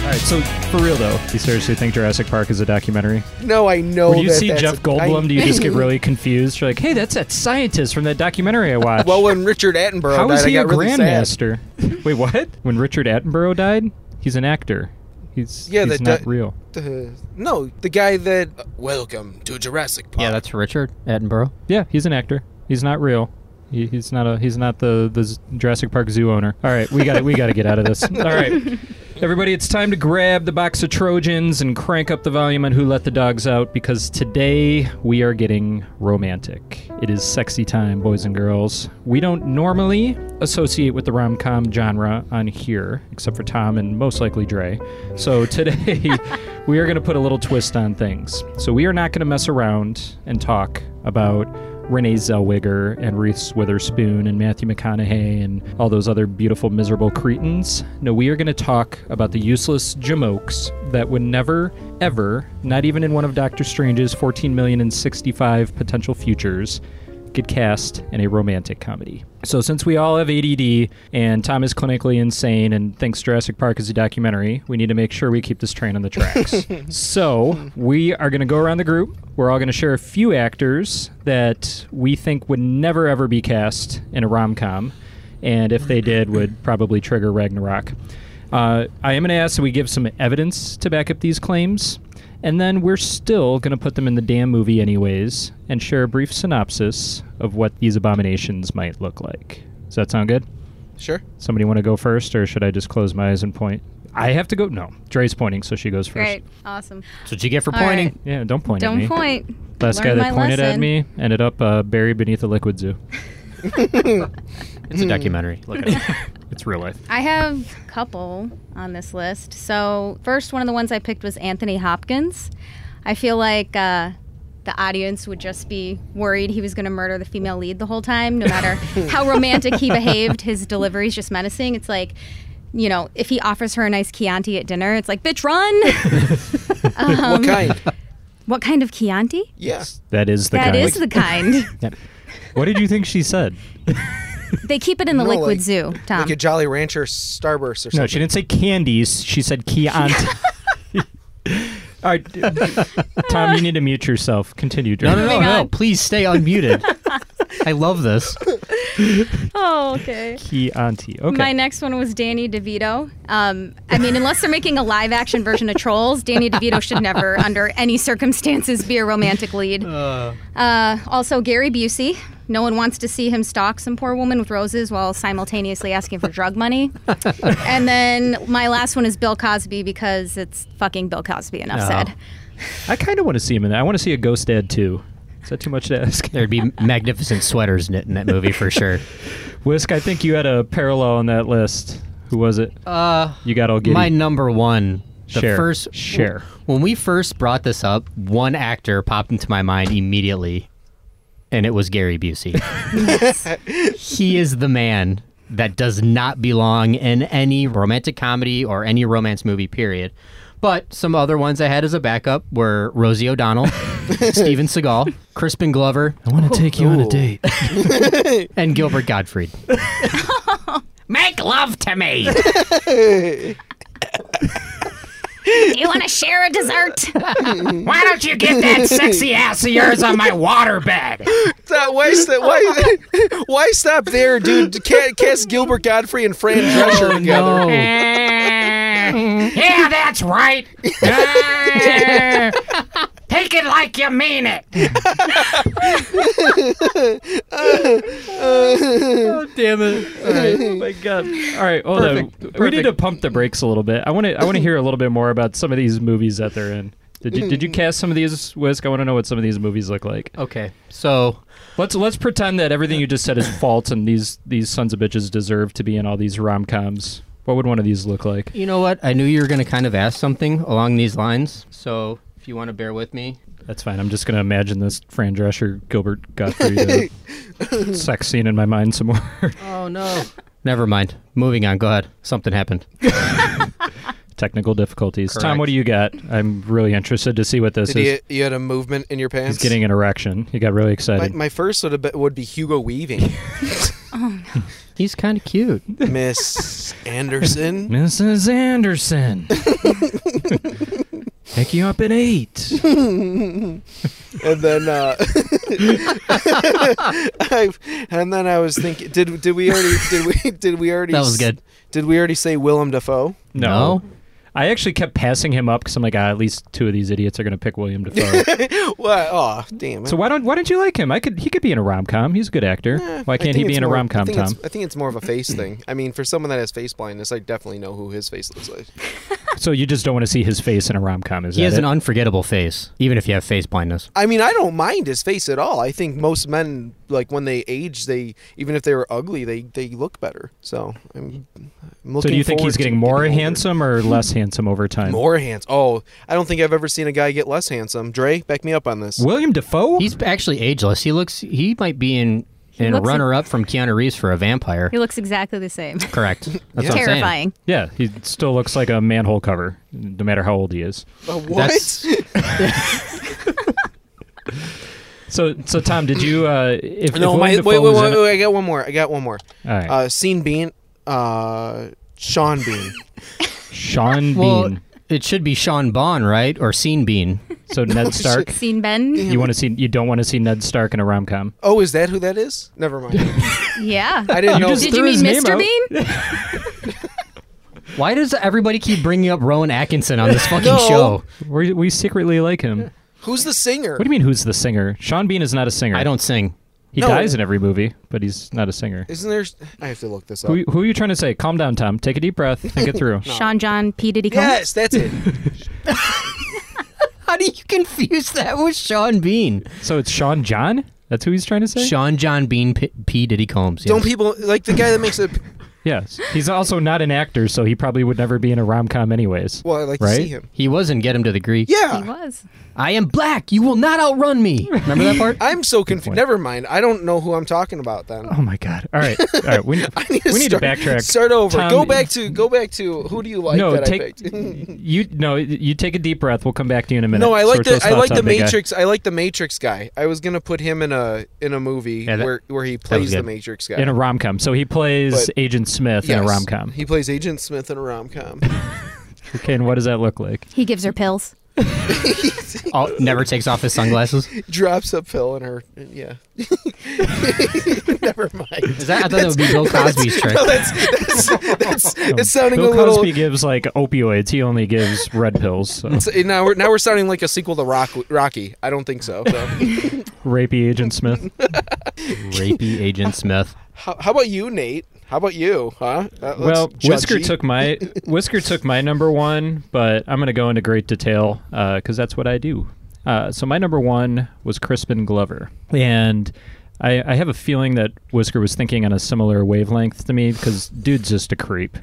I: All right, so for real though, you seriously think Jurassic Park is a documentary?
A: No, I know.
I: When you
A: Oh, that
I: see
A: that's
I: Jeff
A: a-
I: Goldblum,
A: I-
I: do you just get really confused? You're like, hey, that's that scientist from that documentary I watched.
A: well, when Richard Attenborough
I: How
A: died,
I: is he
A: I
I: a
A: got really sad.
I: grandmaster? Wait, what? When Richard Attenborough died, he's an actor. He's
A: Yeah,
I: he's
A: that
I: not
A: di-
I: real.
A: the Uh, no the guy that welcome to Jurassic Park.
C: yeah, that's Richard Attenborough.
I: Yeah, he's an actor. He's not real. He, he's not a he's not the the Z- Jurassic Park zoo owner. All right, we got to we got to get out of this. All right. Everybody, it's time to grab the box of Trojans and crank up the volume on Who Let the Dogs Out because today we are getting romantic. It is sexy time, boys and girls. We don't normally associate with the rom com genre on here, except for Tom and most likely Dre. So today we are going to put a little twist on things. So we are not going to mess around and talk about Renee Zellweger and Reese Witherspoon and Matthew McConaughey and all those other beautiful, miserable cretins. No, we are going to talk about the useless jamokes that would never, ever, not even in one of Doctor Strange's 14 million and 65 potential futures, get cast in a romantic comedy. So, since we all have ADD and Tom is clinically insane and thinks Jurassic Park is a documentary, we need to make sure we keep this train on the tracks. so, we are going to go around the group. We're all going to share a few actors that we think would never ever be cast in a rom com. And if they did, would probably trigger Ragnarok. Uh, I am going to ask that we give some evidence to back up these claims. And then we're still going to put them in the damn movie, anyways, and share a brief synopsis of what these abominations might look like. Does that sound good?
A: Sure.
I: Somebody want to go first, or should I just close my eyes and point? I have to go. No, Dre's pointing, so she goes first.
H: Great. Awesome.
C: That's what you get for
H: All
C: pointing.
H: right.
I: Yeah, don't point at
H: Don't
I: me.
H: point.
I: Last guy
H: Learn
I: that
H: my
I: pointed at
H: lesson.
I: me ended up uh, buried beneath a liquid zoo.
C: It's a
H: Hmm.
C: documentary. Look at it.
I: It's real life.
H: I have a couple on this list. So, first, one of the ones I picked was Anthony Hopkins. I feel like uh, the audience would just be worried he was going to murder the female lead the whole time, no matter how romantic he behaved. His delivery's just menacing. It's like, you know, if he offers her a nice Chianti at dinner, it's like, bitch, run.
A: what kind?
H: what kind of Chianti?
A: Yeah.
I: That is the
H: That
I: kind.
H: is the kind.
I: what did you think she said?
H: they keep it in the
A: No,
H: liquid
A: like-
H: zoo, Tom.
A: Like a Jolly Rancher Starburst or something.
I: No, she didn't say candies. She said Chianti. All right, d- Tom, you need to mute yourself. Continue. Drew.
C: No, no, no,
H: Moving
C: no.
H: on.
C: Please stay unmuted. I love this.
H: oh, okay.
I: Chianti. Okay.
H: My next one was Danny DeVito. Um, I mean, unless they're making a live action version of Trolls, Danny DeVito should never, under any circumstances, be a romantic lead. Uh, also, Gary Busey. No one wants to see him stalk some poor woman with roses while simultaneously asking for drug money. and then my last one is Bill Cosby because it's fucking Bill Cosby, enough said.
I: I kind of want to see him in that. I want to see a ghost dad too. Is that too much to ask?
C: There'd be magnificent sweaters knit in that movie for sure.
I: Whisk, I think you had a parallel on that list. Who was it?
C: Uh,
I: You got all giddy.
C: my number one. The
I: Share.
C: first
I: Share.
C: When we first brought this up, one actor popped into my mind immediately, and it was Gary Busey. he is the man that does not belong in any romantic comedy or any romance movie, period. But some other ones I had as a backup were Rosie O'Donnell, Steven Seagal, Crispin Glover,
I: I want to take you on a date.
C: and Gilbert Gottfried. Make love to me.
H: Do you want to share a dessert?
C: Why don't you get that sexy ass of yours on my waterbed?
A: That, why, st- why, why stop there, dude? Ca- Cast Gilbert Godfrey and Fran
I: Oh.
A: Drescher together.
C: yeah, that's right. take it like you mean it.
I: Oh damn it! oh my god! All right, hold on. We need to pump the brakes a little bit. I want to. I want to hear a little bit more about some of these movies that they're in. Did you, did you cast some of these, Whisk? I want to know what some of these movies look like.
C: Okay, so
I: Let's let's pretend that everything you just said is false, and these these sons of bitches deserve to be in all these rom coms. What would one of these look like?
C: you know what? I knew you were going to kind of ask something along these lines. So if you want to bear with me,
I: That's fine. I'm just gonna imagine this Fran Drescher, Gilbert Gottfried uh, sex scene in my mind some more.
C: oh no, never mind. Moving on. Go ahead. Something happened.
I: Technical difficulties. Tom,
C: Correct.
I: what do you got? I'm really interested to see what this
A: Did
I: is.
A: you, you had a movement in your pants?
I: He's getting an erection. He got really
A: my,
I: excited.
A: my first would, have been, would be Hugo Weaving.
C: He's kind of cute.
A: Miss Anderson.
I: Mrs. Anderson. Pick you up at eight.
A: and then uh I, and then I was thinking did did we already did we did we already
C: That was
A: s-
C: good.
A: Did we already say Willem Dafoe?
I: No. I actually kept passing him up because I'm like, ah, at least two of these idiots are gonna pick William Defoe.
A: What? Oh, damn it.
I: so why don't why don't you like him? I could he could be in a rom com. He's a good actor. why
A: Eh, I
I: can't he
A: think
I: be
A: it's
I: in a
A: more-
I: rom com,
A: I think
I: Tom?
A: it's- I think it's more of a face thing. I mean, for someone that has face blindness, I definitely know who his face looks like.
I: So you just don't want to see his face in a rom com, is
C: He
I: that
C: has
I: it?
C: an unforgettable face, even if you have face blindness.
A: I mean, I don't mind his face at all. I think most men, like when they age, they even if they were ugly, they they look better. So I'm, I'm
I: so
A: looking.
I: do you think
A: forward
I: he's
A: to
I: getting more
A: older.
I: handsome or less handsome over time?
A: More hands. Oh, I don't think I've ever seen a guy get less handsome. Dre, back me up on this.
I: William Defoe?
C: He's actually ageless. He looks. He might be in in a
H: looks-
C: runner up from Keanu Reeves for a vampire.
H: He looks exactly the same.
C: Correct. That's what I'm saying.
H: Terrifying.
I: yeah, he still looks like a manhole cover, no matter how old he is.
A: Uh, what?
C: That's-
I: So, so Tom, did you? Uh, if
A: no,
I: if
A: my,
I: Willem
A: wait, wait,
I: Dafoe was
A: wait,
I: in-
A: wait, I got one more. I got one more.
I: All right.
A: Uh, Scene Bean, uh, Sean Bean.
I: Sean
C: Well,
I: Bean.
C: it should be Sean Bond, right? Or Scene Bean.
I: So
C: Oh,
I: Ned Stark.
H: Seen Ben?
I: You want to see? You don't want to see Ned Stark in a rom com.
A: oh, is that who that is? Never mind.
H: Yeah.
A: I didn't know.
I: just
H: Did you
I: threw
H: mean
I: his name out.
H: Mr. Bean?
C: Why does everybody keep bringing up Rowan Atkinson on this fucking
A: No.
C: show?
I: We, we secretly like him.
A: Who's the singer?
I: What do you mean? Who's the singer? Sean Bean is not a singer.
C: I don't sing.
I: He
A: No.
I: dies in every movie, but he's not a singer.
A: Isn't there? I have to look this up.
I: Who, who are you trying to say? Calm down, Tom. Take a deep breath. Think it through.
H: Sean John P. Diddy Combs?
A: yes, that's it.
C: How do you confuse that with Sean Bean?
I: So it's Sean John. That's who he's trying to say.
C: Sean John Bean P. P. Diddy Combs. yes.
A: Don't people like the guy that makes it?
I: Yes. He's also not an actor, so he probably would never be in a rom com anyways.
A: Well, I like to
I: Right?
A: see him.
C: He was in Get Him to the Greek.
H: He
A: Yeah,
H: was.
C: I am black. You will not outrun me. Remember that part?
A: I'm so confused. Never mind. I don't know who I'm talking about then.
I: Oh my God! All right, all right. We,
A: need
I: we need
A: start,
I: to backtrack.
A: Start over.
I: Tom,
A: go back to go back to who do you like
I: no,
A: that I
I: take
A: picked?
I: you. No, you take a deep breath. We'll come back to you in a minute.
A: No, I like
I: Sort
A: the
I: those
A: I
I: thoughts
A: like the
I: out, big guy.
A: Matrix. I like the Matrix guy. I was gonna put him in a in a movie
C: that-
A: where where he
C: was
A: plays the
C: good.
A: Matrix guy.
I: in a rom com. So he plays
A: But-
I: Agent Smith in a
A: Yes.
I: rom com.
A: He plays Agent Smith in a rom com.
I: Okay, and what does that look like?
H: He gives her pills.
C: Oh, never takes off his sunglasses.
A: Drops a pill in her. Yeah. Never mind.
C: Is that, I thought that would be Bill Cosby's trick.
A: No, that's, that's, that's it's sounding
I: Bill
A: a little.
I: Cosby gives like opioids. He only gives red pills. So.
A: it's- now we're now we're sounding like a sequel to Rock, Rocky. I don't think so. so.
I: Rapey Agent Smith.
C: Rapey Agent Smith.
A: how, how about you, Nate? How about you? Huh? Uh, let's
I: well,
A: judge
I: Whisker
A: you.
I: took my Whisker took my number one, but I'm going to go into great detail because that's what I do. Uh, so my number one was Crispin Glover, and I, I have a feeling that Whisker was thinking on a similar wavelength to me because dude's just a creep.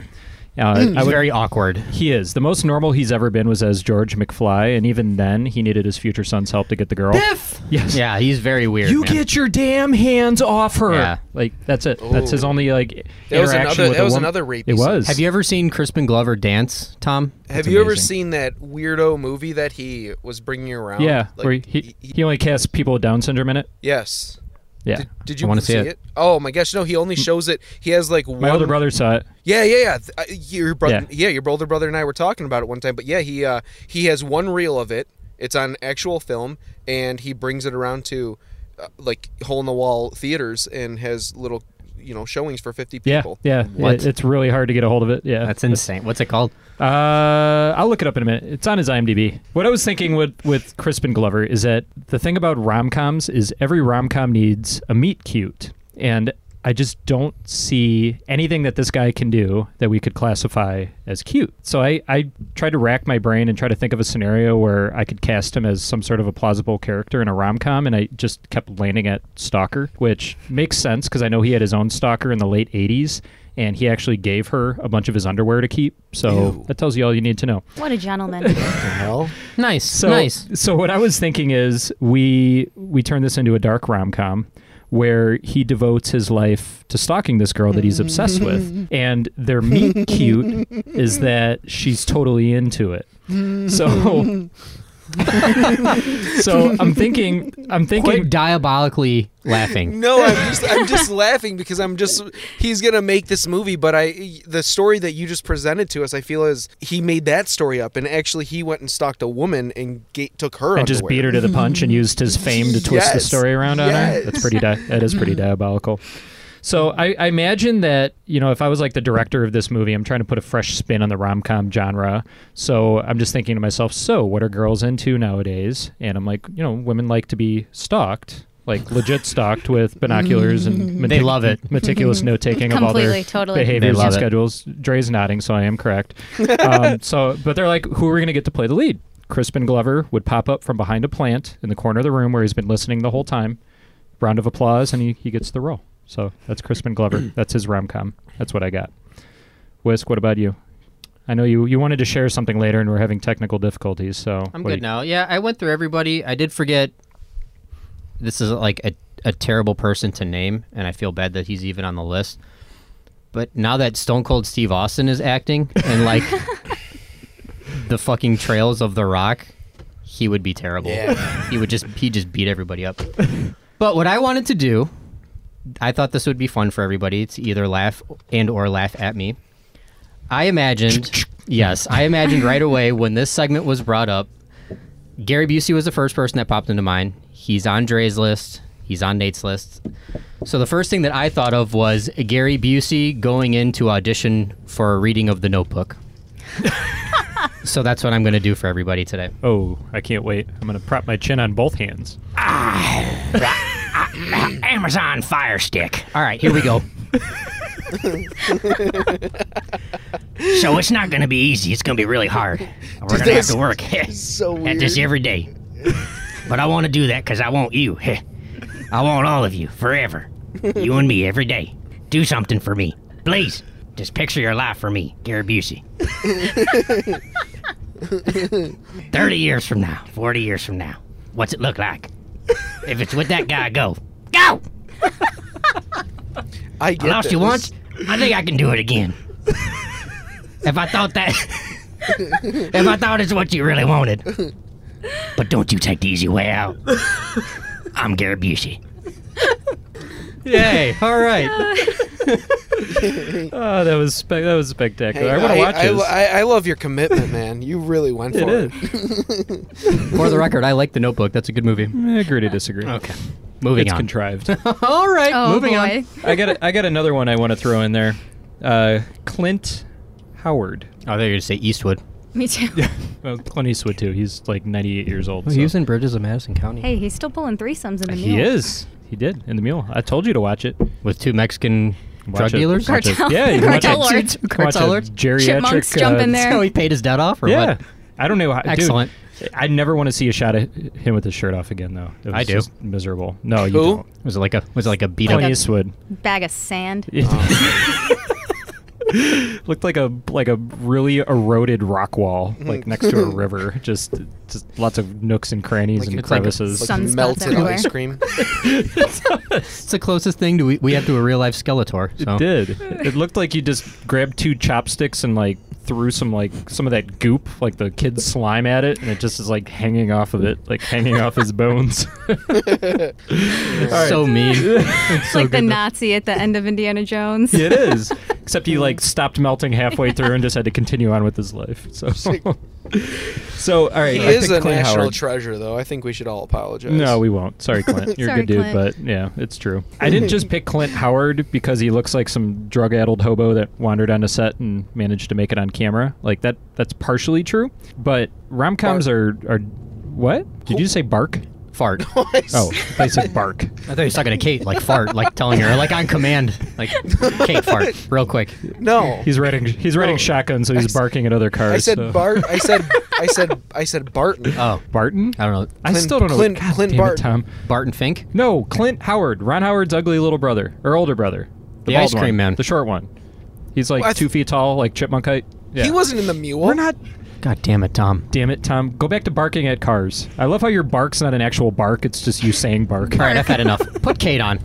I: Uh, I
C: He's
A: Mm.
I: would
C: very awkward.
I: He is. The most normal he's ever been was as George McFly, and even then, he needed his future son's help to get the girl.
C: Biff.
I: Yes.
C: Yeah, he's very weird.
I: You
C: man.
I: get your damn hands off her.
C: Yeah.
I: Like that's it. That's his
A: Ooh.
I: only like
A: That was
I: interaction
A: another-
I: with
A: that
I: a
A: was
I: woman.
A: another rapey
I: It was.
C: Have you ever seen Crispin Glover dance, Tom?
A: Have you ever
I: amazing.
A: seen that weirdo movie that he was bringing around?
I: Yeah.
A: Oh, Like,
I: where he, he, only casts people with Down syndrome in it.
A: yes.
I: Yeah.
A: Did, did you
C: wanna
A: see
C: see
A: it?
C: it.
A: Oh my gosh! No, he only shows it. He has like one.
I: My older brother saw it.
A: Yeah, yeah, yeah. Th- I- Your brother,
I: Yeah.
A: yeah. your older brother and I were talking about it one time. But yeah, he uh, he has one reel of it. It's on actual film, and he brings it around to uh, like hole in the wall theaters and has little you know showings for fifty
I: Yeah.
A: people.
I: Yeah.
C: What?
I: It- it's really hard to get a hold of it. Yeah.
C: That's insane. What's it called?
I: Uh, I'll look it up in a minute. It's on his IMDb. What I was thinking with with Crispin Glover is that the thing about rom coms is every rom com needs a meet cute, and I just don't see anything that this guy can do that we could classify as cute. So I I tried to rack my brain and try to think of a scenario where I could cast him as some sort of a plausible character in a rom com, and I just kept landing at Stalker, which makes sense because I know he had his own Stalker in the late '80s. And he actually gave her a bunch of his underwear to keep. So that tells you all you need to know.
H: What a gentleman.
C: Nice.
I: So,
C: nice.
I: so what I was thinking is we we turn this into a dark rom com where he devotes his life to stalking this girl that he's obsessed with, and their meet cute is that she's totally into it. So. so I'm thinking, I'm
C: Quite
I: thinking,
C: diabolically laughing.
A: No, I'm just I'm just laughing because I'm just he's gonna make this movie, but I the story that you just presented to us, I feel is he made that story up, and actually he went and stalked a woman and ga- took her
I: and just
A: underwear.
I: beat her to the punch and used his fame to twist the
A: Mm-hmm. Yes.
I: story around on her.
A: Yes. Mm-hmm.
I: That's pretty. Di- that is pretty diabolical. So I, I imagine that you know if I was like the director of this movie, I'm trying to put a fresh spin on the rom com genre. So I'm just thinking to myself, so what are girls into nowadays? And I'm like, you know, women like to be stalked, like legit stalked with binoculars
A: Mm-hmm.
I: and
C: They love it.
I: meticulous note taking of all
H: Completely,
I: their
H: totally.
I: behaviors
C: They love
I: and
C: it.
I: schedules. Dre's nodding, so I am correct. um, so, but they're like, who are we going to get to play the lead? Crispin Glover would pop up from behind a plant in the corner of the room where he's been listening the whole time. Round of applause, and he, he gets the role. So that's Crispin Glover. that's his rom com. That's what I got. Whisk, what about you? I know you, you wanted to share something later, and we're having technical difficulties. So
C: I'm
I: what do
C: good
I: you-
C: now. Yeah, I went through everybody. I did forget. This is like a, a terrible person to name, and I feel bad that he's even on the list. But now that Stone Cold Steve Austin is acting and like the fucking trails of The Rock, he would be terrible. He would just he just beat everybody up. But what I wanted to do, I thought this would be fun for everybody to either laugh and or laugh at me. I imagined, yes, I imagined right away when this segment was brought up. Gary Busey was the first person that popped into mind. He's on Dre's list. He's on Nate's list. So the first thing that I thought of was Gary Busey going in to audition for a reading of The Notebook. So that's what I'm going to do for everybody today.
I: Oh, I can't wait. I'm going to prop my chin on both hands.
C: Amazon Fire Stick. All right, here we go. so it's not going to be easy. It's going to be really hard. We're going to have to work
A: So
C: at this
A: weird.
C: every day. But I want to do that because I want you. I want all of you forever. You and me every day. Do something for me. Please. Just picture your life for me, Gary Busey. 30 years from now, 40 years from now, what's it look like? If it's with that guy, go. Go!
A: I get
C: Lost you
A: this.
C: once? I think I can do it again. if I thought that. if I thought it's what you really wanted. But don't you take the easy way out. I'm Gary Busey.
I: Yay! All right. oh, that was spe- that was spectacular. I want to watch
A: I,
I: this.
A: I, I love your commitment, man. You really went for
I: it
A: it.
I: is.
C: For the record, I like The Notebook. That's a good movie.
I: I agree to disagree.
C: Okay. Moving
I: It's
C: on.
I: contrived.
C: All right,
H: Oh,
C: moving
H: boy.
I: I got a, I got another one I want to throw in there. Uh, Clint Howard.
C: on. Oh, they're going to say Eastwood.
H: Me too.
I: Well, Clint Eastwood too. He's like 98 years old. so-
C: He was in Bridges of Madison County
H: Hey, he's still pulling threesomes in the
I: He
H: mule.
I: is. He did in the mule. I told you to watch it.
C: with two Mexican
I: Watch
C: drug
I: it.
C: dealers.
I: Watch it.
H: Cartel-
I: Yeah, you can watch
H: cartel
I: it.
H: lords.
I: You can watch a
C: Cartel lords.
I: Geriatric.
H: Chipmunks jump
I: uh,
H: in there.
C: So he paid his debt off, or
I: Yeah.
C: what?
I: I don't know. How, dude,
C: Excellent.
I: I never want to see a shot of him with his shirt off again, though. It was
C: I do.
I: just miserable. No, you
A: Who?
I: don't.
C: Was it like a was it like a beat
I: Clint
C: up?
I: Eastwood.
H: Bag of sand.
I: Oh. looked like a like a really eroded rock wall, like next to a river. Just just lots of nooks and crannies and
C: it's like a-
I: crevices.
H: Sun- Sunspots
A: melted
H: everywhere.
A: ice cream.
C: It's the closest thing to we, we have to a real life Skeletor. So
I: it did. It looked like you just grabbed two chopsticks and like threw some like some of that goop, like the kid's slime at it, and it just is like hanging off of it, like hanging off his bones.
C: so mean.
H: It's
I: Oh,
H: like the Nazi at the end of Indiana Jones.
I: it is. Except he like stopped melting halfway through and just had to continue on with his life. So So all right,
A: He
I: I
A: is
I: picked
A: a
I: Clint
A: national
I: Howard.
A: treasure, though. I think we should all apologize.
I: No, we won't. Sorry, Clint. You're
H: Sorry,
I: a good dude,
H: Clint.
I: but yeah, it's true. I didn't just pick Clint Howard because he looks like some drug-addled hobo that wandered on a set and managed to make it on camera. Like that that's partially true, but rom-coms are are what? Did you say bark?
C: fart. Uh,
I: Oh, I said bark.
C: I thought you were talking to Kate, like fart, like telling her, like on command, like Kate fart, real quick.
A: no.
I: He's riding he's riding shotgun so he's barking at other cars.
A: Oh. I said
I: so.
A: Bart. I said I said I said Barton.
C: Oh,
I: Barton?
C: I don't know.
I: I
A: Clint-
I: still don't know.
A: Clint-
I: God
A: Clint
I: damn it,
A: Barton.
I: Tom.
C: Barton Fink.
I: No, Clint Howard, Ron Howard's ugly little brother or older brother,
C: The
I: bald
C: ice cream
I: one,
C: man.
I: the short one. He's like
A: Well, I th-
I: two feet tall, like chipmunk height. Yeah.
A: He wasn't in the mule.
I: We're not.
C: God damn it, Tom.
I: Damn it, Tom. Go back to barking at cars. I love how your bark's not an actual bark; it's just you saying bark.
C: All right, I've had enough. Put Kate on.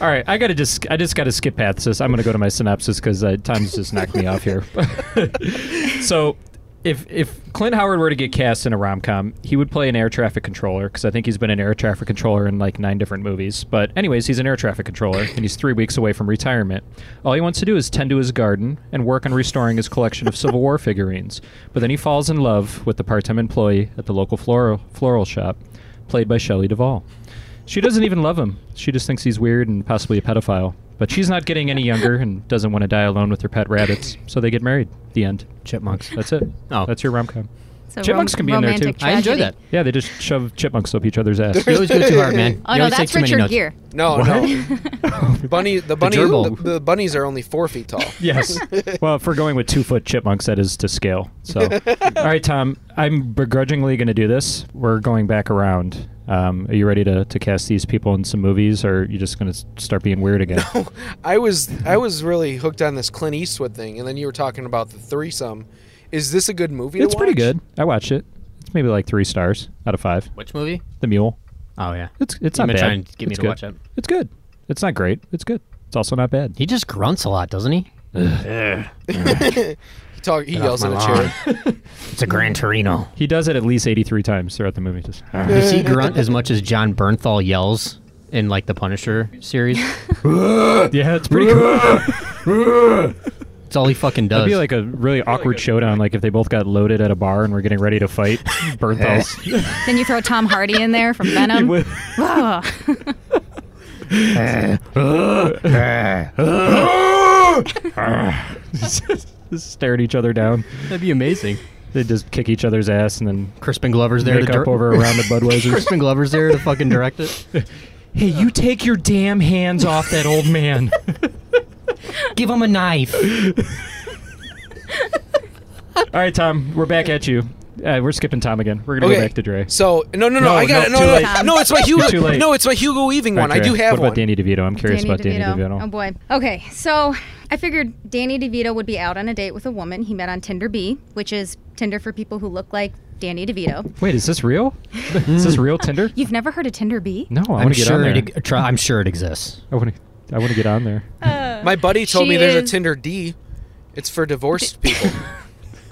I: All right, I gotta just. I just gotta skip past this. I'm gonna go to my synopsis because uh, Tom's just knocked me off here. so, if if Clint Howard were to get cast in a rom com, he would play an air traffic controller because I think he's been an air traffic controller in like nine different movies. But anyways, he's an air traffic controller and he's three weeks away from retirement. All he wants to do is tend to his garden and work on restoring his collection of Civil War figurines. But then he falls in love with the part time employee at the local floral floral shop, played by Shelley Duvall. She doesn't even love him. She just thinks he's weird and possibly a pedophile. But she's not getting any younger and doesn't want to die alone with her pet rabbits, so they get married. The end.
C: Chipmunks.
I: That's it.
C: Oh.
I: That's your rom com.
H: It's a
I: Chipmunks can be in there, too.
H: romantic
C: I enjoyed that.
H: tragedy.
I: Yeah, they just shove chipmunks up each other's ass.
C: You always go too hard, man.
H: Oh
C: You
H: no,
C: always take
H: that's
C: too many
H: Richard
C: notes.
H: Gere.
A: No, no. bunny, the bunny, the,
C: gerbil.
A: the bunnies are only four feet tall.
I: yes. Well, if we're going with two foot chipmunks, that is to scale. So, all right, Tom, I'm begrudgingly going to do this. We're going back around. Um, are you ready to, to cast these people in some movies, or are you just going to start being weird again?
A: I was I was really hooked on this Clint Eastwood thing, and then you were talking about the threesome. Is this a good movie? to
I: it's pretty
A: watch?
I: good. I watched it. It's maybe like three stars out of five.
C: Which movie?
I: The Mule.
C: Oh yeah.
I: It's it's
C: You've
I: not
C: been
I: bad.
C: trying to get me
I: It's
C: to
I: good.
C: watch it.
I: It's good. It's not great. It's good. It's also not bad.
C: He just grunts a lot, doesn't he?
A: He, talk, he yells at a
C: my
A: chair.
C: It's a Gran Torino.
I: He does it at least eighty three times throughout the movie. Just
C: Does he grunt as much as John Bernthal yells in like the Punisher series?
I: yeah, it's pretty cool. It'd
C: It's all he fucking does.
I: be like a really awkward showdown. Like if they both got loaded at a bar and were getting ready to fight. Bernthal's.
H: Then you throw Tom Hardy in there from Venom. Ah.
I: would-
H: Whoa.
I: It's Just staring each other down.
C: That'd be amazing.
I: They just kick each other's ass and then
C: Crispin Glover's there
I: make
C: to
I: up
C: direct.
I: over a round of Budweisers.
C: Crispin Glover's there to fucking direct it.
I: hey, you take your damn hands off that old man.
C: Give him a knife.
I: All right, Tom, we're back at you. Uh, we're skipping Tom again. We're gonna
A: Okay.
I: go back to Dre.
A: So no, no, no.
I: No,
A: I got it.
I: no,
A: No,
I: too
A: no, no,
I: late.
A: no. It's my
I: too
A: Hugo.
I: late.
A: No, it's my Hugo Weaving
I: All
A: one.
I: right,
A: I do
I: Dre.
A: have
I: What about
A: one.
I: Danny DeVito? I'm curious
H: Danny
I: about Danny
H: DeVito.
I: DeVito.
H: Oh boy. Okay, so I figured Danny DeVito would be out on a date with a woman he met on Tinder B, which is Tinder for people who look like Danny DeVito.
I: Wait, is this real? is this real Tinder?
H: You've never heard of Tinder B?
I: No, Hmm. I
C: I'm
I: want to get on
C: sure,
I: there.
C: it, e- try, I'm sure it exists.
I: I want to. I want to get on there.
A: My buddy told
H: She
A: me there's a
H: is-
A: Tinder D. It's for divorced people.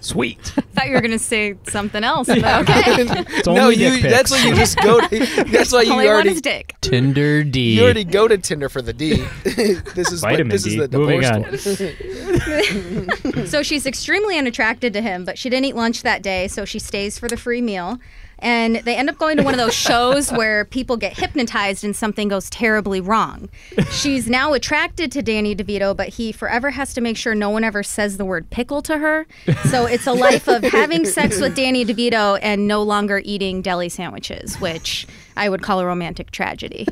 I: Sweet.
H: Thought you were gonna say something else. But okay.
A: no,
I: only dick
A: you.
I: pics.
A: That's why you just go. To, that's why you
H: All I want
A: already.
H: is dick.
C: Tinder D.
A: You already go to Tinder for the D. this is
I: Vitamin
A: this
I: D.
A: is the
I: Moving
A: divorced
I: on.
A: one.
H: So she's extremely unattracted to him, but she didn't eat lunch that day, so she stays for the free meal. And they end up going to one of those shows where people get hypnotized and something goes terribly wrong. She's now attracted to Danny DeVito, but he forever has to make sure no one ever says the word pickle to her. So it's a life of having sex with Danny DeVito and no longer eating deli sandwiches, which I would call a romantic tragedy.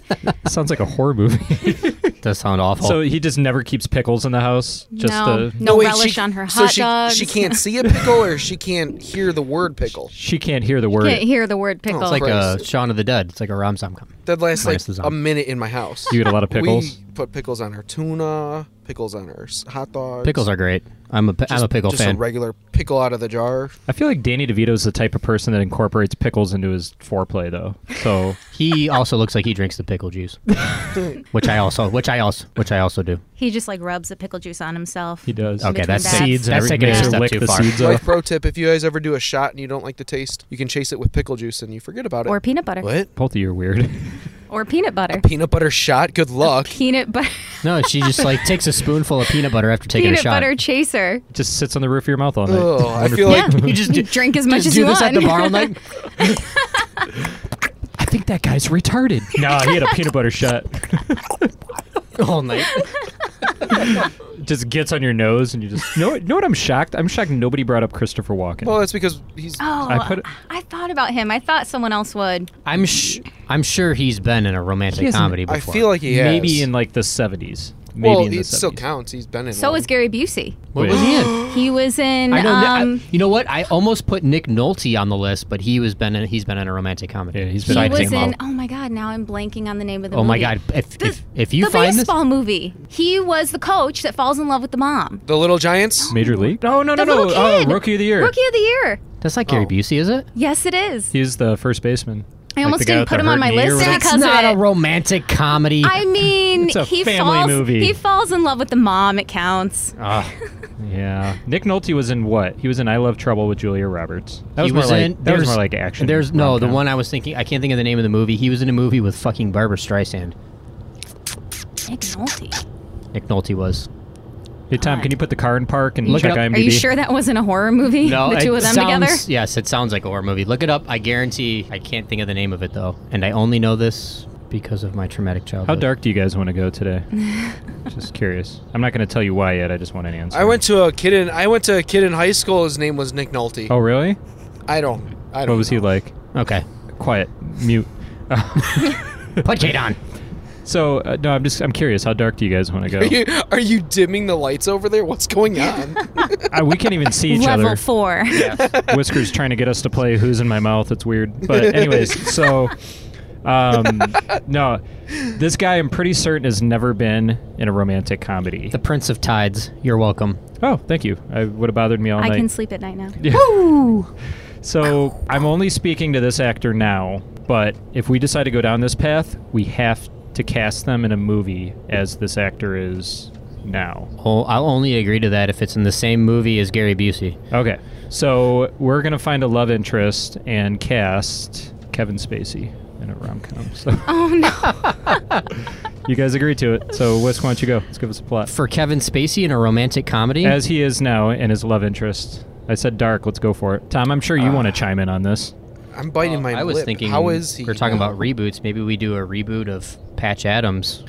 I: Sounds like a horror movie.
C: does sound awful.
I: So he just never keeps pickles in the house. Just
H: Oh. no,
I: uh,
H: no
A: wait,
H: relish
A: she-
H: on her hot
A: so she,
H: dogs.
A: She can't see a pickle, or she can't hear the word pickle.
I: she can't hear the word.
H: Can't hear the word pickle.
C: Oh, it's like a
A: Christ.
C: Shaun of the Dead. It's like a rom com. com.
A: That lasts like
C: Minus the
A: a
C: zombie.
A: minute in my house.
I: You get a lot of pickles.
A: We put pickles on our tuna, pickles on our s- hot dogs.
C: Pickles are great. I'm a, pi- I'm a pickle
A: just
C: fan.
A: a regular pickle out of the jar.
I: I feel like Danny DeVito's the type of person that incorporates pickles into his foreplay, though. So
C: he also looks like he drinks the pickle juice, which I also, which I also, which I also do.
H: He just like rubs the pickle juice on himself.
I: he does.
H: Okay,
C: Okay, that's
H: that's-
I: seeds. and
C: that's
I: everything,
C: taking it
I: makes
C: a
I: her
C: step
I: lick
C: too
I: the
C: far.
I: seeds
A: Life
I: off.
A: pro tip: If you guys ever do a shot and you don't like the taste, you can chase it with pickle juice and you forget about it.
H: Or peanut butter.
A: what?
I: Both of you are weird.
H: Or peanut butter.
A: Peanut butter shot? Good luck.
H: Peanut butter.
C: No, she just like takes a spoonful of peanut butter after taking a
H: Peanut
C: shot.
H: butter chaser.
I: just sits on the roof of your mouth all night.
A: Oh, I feel
H: Yeah.
A: like
H: You just drink as much as
C: do
H: you
C: this
H: want.
C: at the bar all night.
I: I think that guy's retarded. nah, he had a peanut butter shot.
C: all night.
I: Just gets on your nose and you just. No, know what? I'm shocked. I'm shocked. Nobody brought up Christopher Walken.
A: well, that's because he's.
H: Oh,
I: I put-
H: I thought about him. I thought someone else would.
C: I'm sh- I'm sure he's been in a romantic
I: hasn't-
C: comedy
A: I
C: before.
A: feel like he has.
I: maybe in like the 70s. Maybe
A: well,
I: in the
A: it
I: 70s.
A: still counts. He's been in.
H: So
A: one.
H: is Gary Busey.
C: what
I: Wait.
C: was he in?
H: He was in.
C: I know.
H: um,
C: I, you know what? I almost put Nick Nolte on the list, but he was been in, he's been in a romantic comedy.
I: Yeah, he's
H: he
I: been
C: I
H: was
C: take him
H: in.
C: out.
H: Oh my God! Now I'm blanking on the name of the
C: Oh
H: movie.
C: my god! If
H: The-
C: if, if you
H: the
C: find this,
H: baseball movie. He was the coach that falls in love with the mom.
A: the Little Giants.
I: Major League? No, no, no,
H: The
I: no.
H: little
I: Oh,
C: uh,
H: kid.
I: Rookie of the Year.
H: Rookie of the year.
C: that's not
I: Oh.
C: Gary Busey, is it?
H: Yes, it is.
I: He's the first baseman.
H: I almost
I: the guy
H: didn't
I: with
H: put
I: the
H: him on
I: hurt
H: my
I: knee or
H: list
I: whatever.
H: because of it.
C: romantic comedy.
H: I mean,
I: It's a
H: he
I: family
H: falls.
I: movie. Oh.
H: He falls in love with the mom. It counts.
I: Yeah. Nick Nolte was in what? He was in I Love Trouble with Julia Roberts. That
C: he
I: was,
C: was
I: more
C: in.
I: like that was
C: there's-
I: more like action.
C: There's no the
I: rom-com.
C: one I was thinking. I can't think of the name of the movie. He was in a movie with fucking Barbara Streisand.
H: Nick Nolte.
C: Nick Nolte was.
I: Hey Tom, can you put the car in park and
C: Look it
I: check
C: up. Are
I: IMDb?
H: Are you sure that wasn't a horror movie? the
C: it
H: two of them
C: sounds,
H: together.
C: Yes, it sounds like a horror movie. Look it up. I guarantee. I can't think of the name of it though, and I only know this because of my traumatic
I: How
C: childhood.
I: dark do you guys want to go today? just curious. I'm not going to tell you why yet. I just want an answer.
A: I went to a kid in. I went to a kid in high school. His name was Nick Nolte.
I: Oh, really?
A: I don't. I don't.
I: What was he
A: know.
I: like?
C: Okay,
I: Quiet, mute.
C: put Kate on.
I: So uh, no, I'm just I'm curious. How dark do you guys want to go?
A: Are you, are you dimming the lights over there? What's going on?
I: Uh, we can't even see each
H: Level
I: other.
H: four.
I: Whiskers trying to get us to play Who's in My Mouth. It's weird. But, anyways, so. Um, no, this guy I'm pretty certain has never been in a romantic comedy.
C: The Prince of Tides. You're welcome.
I: Oh, thank you. I would have bothered me all
H: I
I: night.
H: can sleep at night now.
I: so I'm only speaking to this actor now, but if we decide to go down this path, we have to cast them in a movie as this actor is now.
C: Oh, I'll only agree to that if it's in the same movie as Gary Busey.
I: Okay, so we're gonna find a love interest and cast Kevin Spacey in a rom com. So. Oh no! you guys agreed to it. So Wes, why don't you go? Let's give us a plot.
C: For Kevin Spacey in a romantic comedy,
I: As he is now and his love interest. I said dark. Let's go for it. Tom, I'm sure you want to chime in on this.
A: I'm biting my
C: I was
A: lip.
C: thinking
A: How is he?
C: we're talking
A: now?
C: about reboots. Maybe we do a reboot of Patch Adams.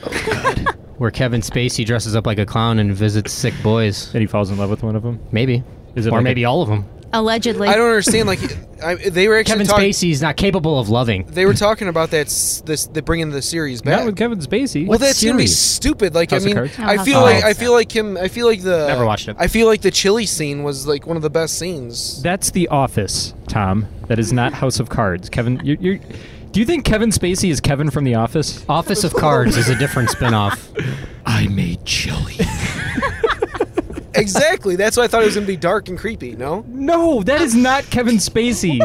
C: where Kevin Spacey dresses up like a clown and visits sick boys.
I: And he falls in love with one of them.
C: Maybe.
I: Is it
C: or
I: like a-
C: maybe all of them.
H: Allegedly.
A: I don't understand. Like, I, they were actually
C: Kevin
A: talking.
C: Spacey's not capable of loving.
A: They were talking about that. s- This the bringing the series back.
I: Not with Kevin Spacey.
A: well, that's gonna be
B: series?
A: stupid. Like,
I: House of
A: I mean,
I: Cards?
H: Oh,
A: I
H: House
A: feel
H: of
A: like
H: Cards.
A: I feel like him. I feel like the
C: Never watched it.
A: I feel like the chili scene was like one of the best scenes.
I: That's The Office, Tom. That is not House of Cards. Kevin, you're, you're, do you think Kevin Spacey is Kevin from The Office?
C: Office of Cards is a different spinoff.
B: I made chili.
A: exactly. That's why I thought it was gonna be dark and creepy. No.
I: No, that is not Kevin Spacey.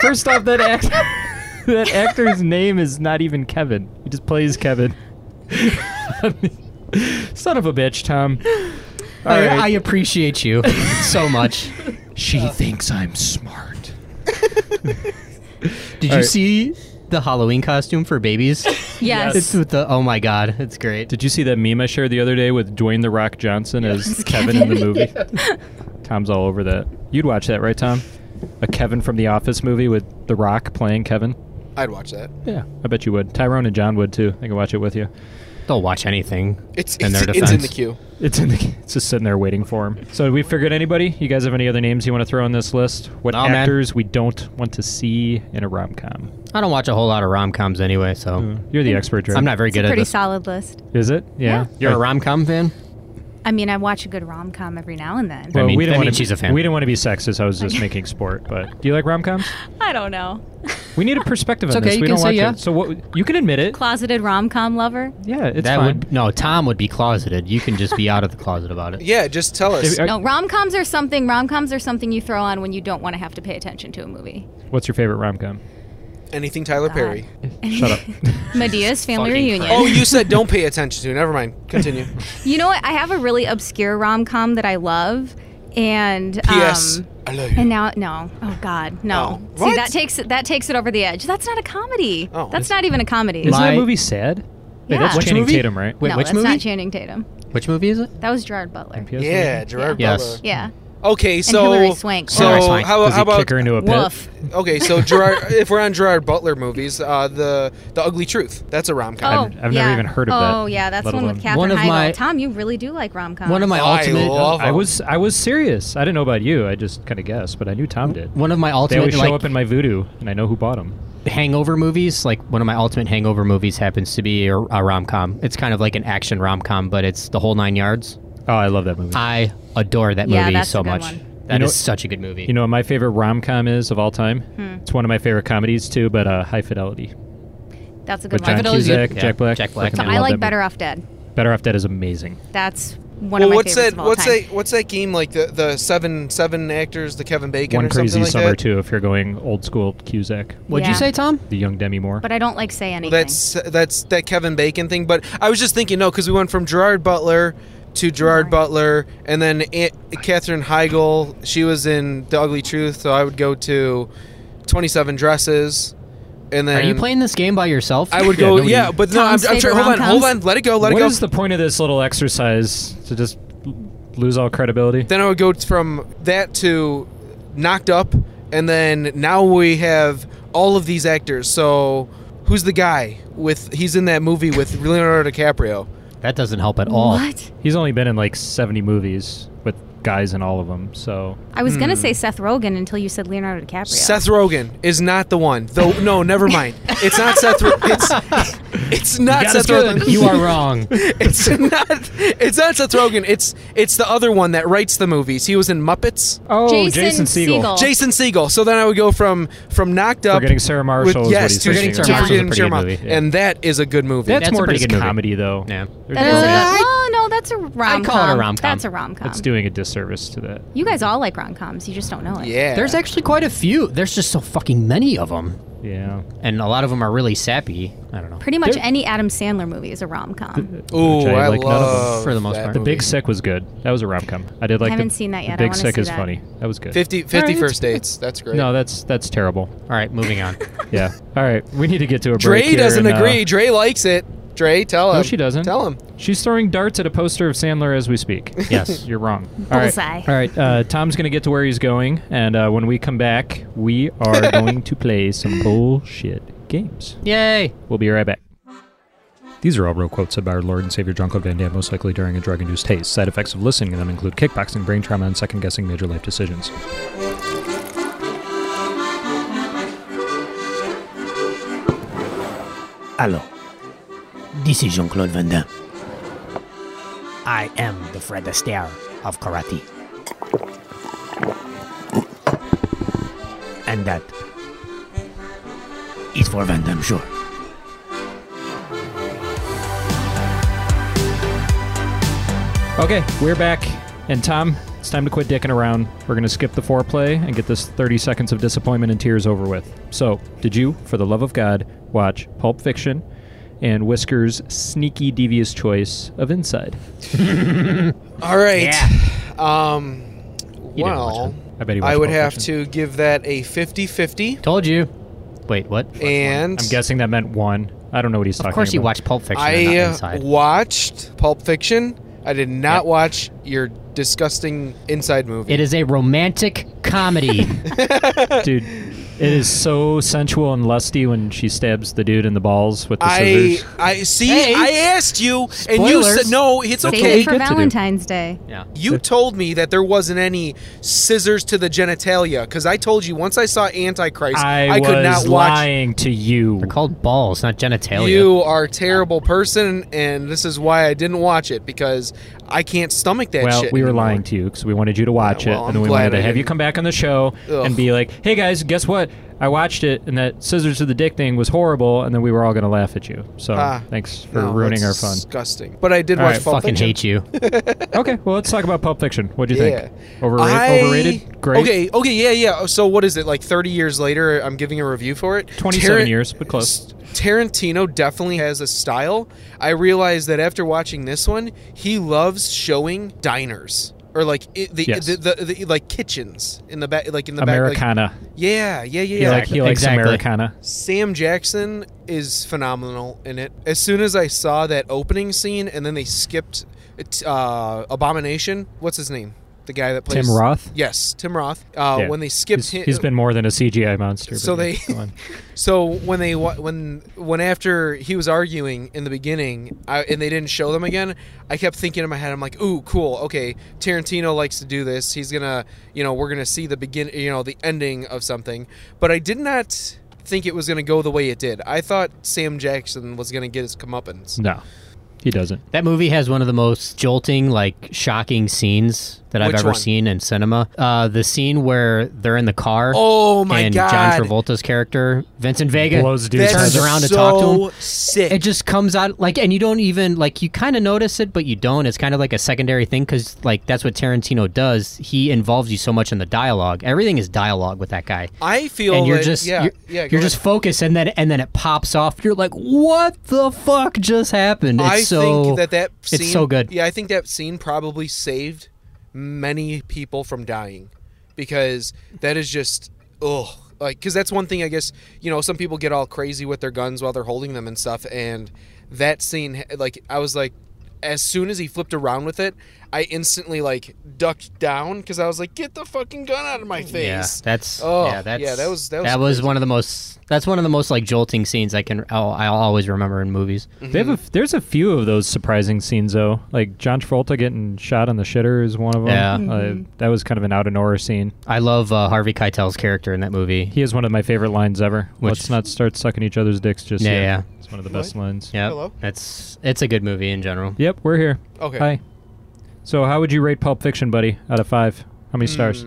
I: First off, that act, that actor's name is not even Kevin. He just plays Kevin. Son of a bitch, Tom. All
C: I,
I: right.
C: I appreciate you so much.
B: she thinks I'm smart.
C: Did you
I: right.
C: see the Halloween costume for babies?
H: yes.
C: It's with the oh my god, it's great.
I: Did you see that meme I shared the other day with Dwayne the Rock Johnson as Kevin in the movie? Tom's all over that. You'd watch that, right, Tom? A Kevin from The Office movie with The Rock playing Kevin?
A: I'd watch that.
I: Yeah, I bet you would. Tyrone and John would too. I could watch it with you.
C: Don't watch anything.
A: It's
C: In
A: it's,
C: their
A: it's in the
C: defense.
A: queue.
I: It's in the, it's just sitting there waiting for him. So we figured anybody? You guys have any other names you want to throw on this list? What
C: Nah, man.
I: actors we don't want to see in a rom com?
C: I don't watch a whole lot of rom coms anyway, so
I: You're the expert, Drew.
C: I'm not very
H: It's a
C: good at
H: pretty
C: this.
H: solid list.
I: Is it? Yeah.
C: You're a rom com fan?
H: I mean, I watch a good rom com every now and then.
I: Well,
C: I mean-
I: we
C: I
I: didn't
C: mean,
I: want to.
C: she's a fan.
I: We didn't want to be sexist. I was just making sport. But do you like rom coms?
H: I don't know.
I: We need a perspective
C: It's
I: on
C: okay,
I: this.
C: you
I: we
C: can
I: don't
C: say
I: watch
C: yeah.
I: it. So what? You can admit it.
H: Closeted rom com lover.
I: Yeah, it's
C: that
I: fine.
C: would no, Tom would be closeted. You can just be out of the closet about it.
A: Yeah, just tell us.
I: If- are-
H: No, rom coms are something. Rom coms are something you throw on when you don't want to have to pay attention to a movie.
I: What's your favorite rom com?
A: Anything Tyler Perry.
I: Shut up.
H: Medea's family reunion.
A: Oh, you said don't pay attention to. Never mind. Continue.
H: You know what? I have a really obscure rom com that I love, and
A: P.S.
H: um,
A: I love you.
H: and now no, oh god, no.
A: Oh.
H: See,
A: What?
H: that takes that takes it over the edge. That's not a comedy.
A: Oh.
H: that's not even a comedy.
I: Isn't
C: My-
I: that movie sad?
H: Yeah.
I: that's
H: Which
I: Channing
C: movie?
I: Tatum, right?
C: Wait,
H: no,
C: which
H: that's
C: movie?
H: not Channing Tatum.
C: Which movie is it?
H: That was Gerard Butler.
I: P.S.
A: Yeah, Gerard
H: Yeah.
A: Butler.
C: Yes.
H: Yeah.
A: Okay, so
H: Hilary Swank.
A: So
C: Hilary Swank.
A: how,
I: Does he
A: how about
I: kick her into a pit?
H: Woof.
A: okay? So Gerard, if we're on Gerard Butler movies, uh, the the Ugly Truth. That's a rom com.
H: Oh,
I: I've never
H: yeah.
I: even heard of that,
H: Oh, yeah, that's
I: let
H: one
I: alone-
H: with Katherine
C: One of
H: Heigl.
C: my-
H: Tom, you really do like rom coms.
C: One of my ultimate
I: I was I was serious. I didn't know about you. I just kind of guessed, but I knew Tom did.
C: one of my
I: They
C: ultimate
I: always show
C: like,
I: up in my voodoo, and I know who bought them.
C: hangover movies, like one of my ultimate hangover movies happens to be a, a rom com. It's kind of like an action rom com, but it's the whole nine yards.
I: Oh, I love that movie.
C: I adore that movie
H: Yeah, that's
C: so
H: a good
C: much. That
H: one.
C: is
I: You know-
C: such a good movie.
I: you know what my favorite rom com is of all time? It's one of my favorite comedies too, but uh, High Fidelity.
H: That's a
I: With
H: good
I: John
H: one.
C: Fidelity's
I: Cusack,
C: good. Yeah,
I: Jack Black.
C: Jack Black.
I: Fucking
H: So
C: I
H: I
I: love
H: like
I: that
H: Better
I: movie.
H: Off Dead.
I: Better Off Dead is amazing.
H: That's one
A: Well,
H: of my favorites
A: what's that?
H: of all
A: What's
H: time.
A: that? What's that game like? The the seven seven actors, the Kevin Bacon
I: one
A: or something
I: crazy
A: like
I: summer
A: that.
I: too, if you're going old school Cusack,
C: What'd you
H: Yeah.
C: say, Tom?
I: the young Demi Moore.
H: But I don't like say anything.
A: That's that's that Kevin Bacon thing. But I was just thinking, no, because we went from Gerard Butler to Gerard Butler, and then Aunt Catherine Heigl. She was in The Ugly Truth, so I would go to Twenty Seven Dresses, and then
C: Are you playing this game by yourself?
A: I would go,
I: nobody-
A: yeah, but no, I'm,
H: Tom's
A: I'm trying.
H: favorite
A: Hold on, hold on,
H: rom-coms?
A: let it go, let
I: What
A: it go.
I: is the point of this little exercise to just l- lose all credibility?
A: then I would go from that to Knocked Up, and then now we have all of these actors. So who's the guy with? He's in that movie with Leonardo DiCaprio.
C: That doesn't help at all.
H: What?
I: He's only been in like 70 movies with guys in all of them, so
H: I was gonna say Seth Rogen until you said Leonardo DiCaprio.
A: Seth Rogen is not the one. Though no, never mind. It's not Seth. Ro- it's it's not Seth Rogen.
C: you are wrong.
A: It's not. It's not Seth Rogen. It's it's the other one that writes the movies. He was in Muppets.
I: Oh,
H: Jason Jason Segel. Segel.
A: Jason Segel. So then I would go from from Knocked Up.
I: Forgetting Sarah Marshall is what
A: yes,
I: he's
A: to-
I: saying.
A: to
C: Forgetting Sarah Marshall's a
A: Forgetting
C: pretty
A: Sarah
C: good
A: Marshall.
C: movie, yeah.
A: And that is a good movie.
I: That's,
C: That's a
I: more
C: pretty
I: just
C: good movie.
I: comedy, though.
C: Yeah.
I: There's
H: That
I: no
H: is
I: way-
H: a, no, no, that's a rom com.
C: call it a rom-com.
H: That's a rom com.
I: It's doing a disservice to that.
H: You guys all like rom coms. You just don't know it.
A: yeah.
C: There's actually quite a few. There's just so fucking many of them,
I: Yeah.
C: and a lot of them are really sappy. I don't know.
H: Pretty much
I: There-
H: any Adam Sandler movie is a rom com.
A: Ooh,
I: Which I
A: I,
I: like none of them,
A: love
C: for the most
A: that
C: part.
I: The
A: movie.
I: Big Sick was good. That was a rom com. I did like.
H: haven't
I: the,
H: seen that yet.
I: The
H: I
I: Big
H: wanna
I: Sick
H: see
I: is
H: that.
I: funny. That was good.
A: 50,
I: All
A: 50
I: right,
A: First
I: that's-
A: dates. That's great.
I: No, that's that's terrible.
C: All right, moving on.
I: Yeah. All right, we need to get to a break.
A: Dre
I: here
A: doesn't
I: and, uh,
A: agree. Dre likes it. Dre, tell him.
I: no, she doesn't.
A: Tell him.
I: She's throwing darts at a poster of Sandler as we speak. Yes, you're wrong. All right.
H: Bullseye.
I: All right. Uh, Tom's gonna get to where he's going, and uh, when we come back, we are going to play some bullshit games.
C: Yay!
I: We'll be right back. These are all real quotes by our Lord and Savior John Claude Van Damme, most likely during a drug induced haze. Side effects of listening to them include kickboxing, brain trauma, and second guessing major life decisions.
J: Hello. This is Jean Claude Van Damme. I am the Fred Astaire of karate. And that is for Van Damme, sure.
I: Okay, we're back. And Tom, it's time to quit dicking around. We're going to skip the foreplay and get this 30 seconds of disappointment and tears over with. So, did you, for the love of God, watch Pulp Fiction and Whisker's sneaky, devious choice of Inside?
A: All right. Um,
I: You didn't watch
A: well,
I: it. I bet he watched
A: would
I: Pulp
A: have
I: Fiction.
A: to give that a 50-50.
C: Told you. Wait, what?
A: And
I: I'm guessing that meant one. I don't know what he's talking about.
C: Of course, you watched Pulp Fiction. and
A: I
C: not
A: uh,
C: Inside.
A: watched Pulp Fiction. I did not watch your disgusting Inside movie.
C: It is a romantic comedy.
I: Dude, it is so sensual and lusty when she stabs the dude in the balls with the
A: I
I: scissors.
A: I see.
C: Hey.
A: I asked you, and you
C: Spoilers.
A: said no. It's
H: Save
A: okay.
H: it for Valentine's Day.
C: yeah.
A: You told me that there wasn't any scissors to the genitalia because I told you once I saw Antichrist,
I: I,
A: I, could
I: was
A: not watch.
I: lying to you.
C: They're called balls, not genitalia.
A: You are a terrible person, and this is why I didn't watch it because I can't stomach that
I: Well,
A: shit.
I: we were
A: anymore.
I: lying to you because we wanted you to watch
A: well,
I: it,
A: I'm
I: and then we
A: glad
I: wanted
A: I
I: to have you
A: didn't.
I: come back on the show
A: Ugh.
I: and be like, "Hey guys, guess what? I watched it, and that scissors to the dick thing was horrible." And then we were all going to laugh at you. So
A: Ah,
I: thanks for
A: No,
I: ruining our
A: that's
I: fun.
A: Disgusting. But I did
I: All
A: watch
I: right,
A: Pulp
C: fucking
A: Fiction.
C: hate you.
I: okay, well, let's talk about Pulp Fiction. What do you
A: Yeah.
I: think? Overrated?
A: I-
I: Overrated? Great.
A: Okay. Okay. Yeah. Yeah. Oh, So what is it like? Thirty years later, I'm giving a review for it.
I: 27
A: Taran-
I: years, but close.
A: Tarantino definitely has a style. I realized that after watching this one, he loves showing diners or like it, the,
I: Yes.
A: the, the, the like kitchens in the back, like in the back. like-
I: Americana.
A: yeah. Yeah. Yeah.
I: He,
A: yeah.
I: like, he likes
C: Exactly.
I: Americana.
A: Sam Jackson is phenomenal in it. As soon as I saw that opening scene, and then they skipped it, uh, Abomination. What's his name? The guy that plays
I: Tim Roth?
A: Yes, Tim Roth. Uh,
I: Yeah.
A: When they skipped
I: He's-
A: him,
I: he's been more than a CGI monster.
A: So
I: but yeah,
A: they-
I: come on.
A: So when they wa- when when after he was arguing in the beginning, I, and they didn't show them again, I kept thinking in my head, I'm like, ooh, cool, okay. Tarantino likes to do this. He's gonna, you know, we're gonna see the begin, you know, the ending of something. But I did not think it was gonna go the way it did. I thought Sam Jackson was gonna get his comeuppance.
I: no, he doesn't.
C: That movie has one of the most jolting, like shocking scenes that I've
A: Which
C: ever
A: one?
C: seen in cinema. Uh, the scene where they're in the car.
A: Oh my
C: and
A: God.
C: John Travolta's character, Vincent Vega,
I: Blows dude's
C: turns
I: head
C: around
A: so
C: to talk to him.
A: Sick.
C: It just comes out like, and you don't even like. You kind of notice it, but you don't. It's kind of like a secondary thing because, like, that's what Tarantino does. He involves you so much in the dialogue. Everything is dialogue with that guy.
A: I feel
C: and you're
A: like-
C: just
A: yeah,
C: you're,
A: yeah, go
C: you're
A: ahead.
C: just focused and then and then it pops off you're like what the fuck just happened it's
A: I
C: so
A: think that that scene,
C: it's so good
A: Yeah, I think that scene probably saved many people from dying because that is just ugh. Like, because that's one thing I guess you know some people get all crazy with their guns while they're holding them and stuff. And that scene, like, I was like, as soon as he flipped around with it, I instantly like ducked down because I was like, get the fucking gun out of my face.
C: yeah that's
A: Oh,
C: yeah that's
A: yeah, that was- that was crazy.
C: one of the most that's one of the most like jolting scenes i can oh, i'll always remember in movies
A: Mm-hmm.
I: They have a, there's a few of those surprising scenes though, like John Travolta getting shot on the shitter is one of them.
C: Yeah.
I: uh, that was kind of an out of nowhere scene.
C: i love uh, harvey keitel's character in that movie
I: He is one of my favorite lines ever.
C: Which-
I: Let's not start sucking each other's dicks just
C: Yeah,
I: yet.
C: yeah.
I: It's one of the best lines.
C: yeah
A: Hello?
C: that's it's a good movie in general
I: Yep, we're here.
A: Okay.
I: Hi. So, how would you rate Pulp Fiction, buddy? Out of five, how
A: Hmm.
I: many stars?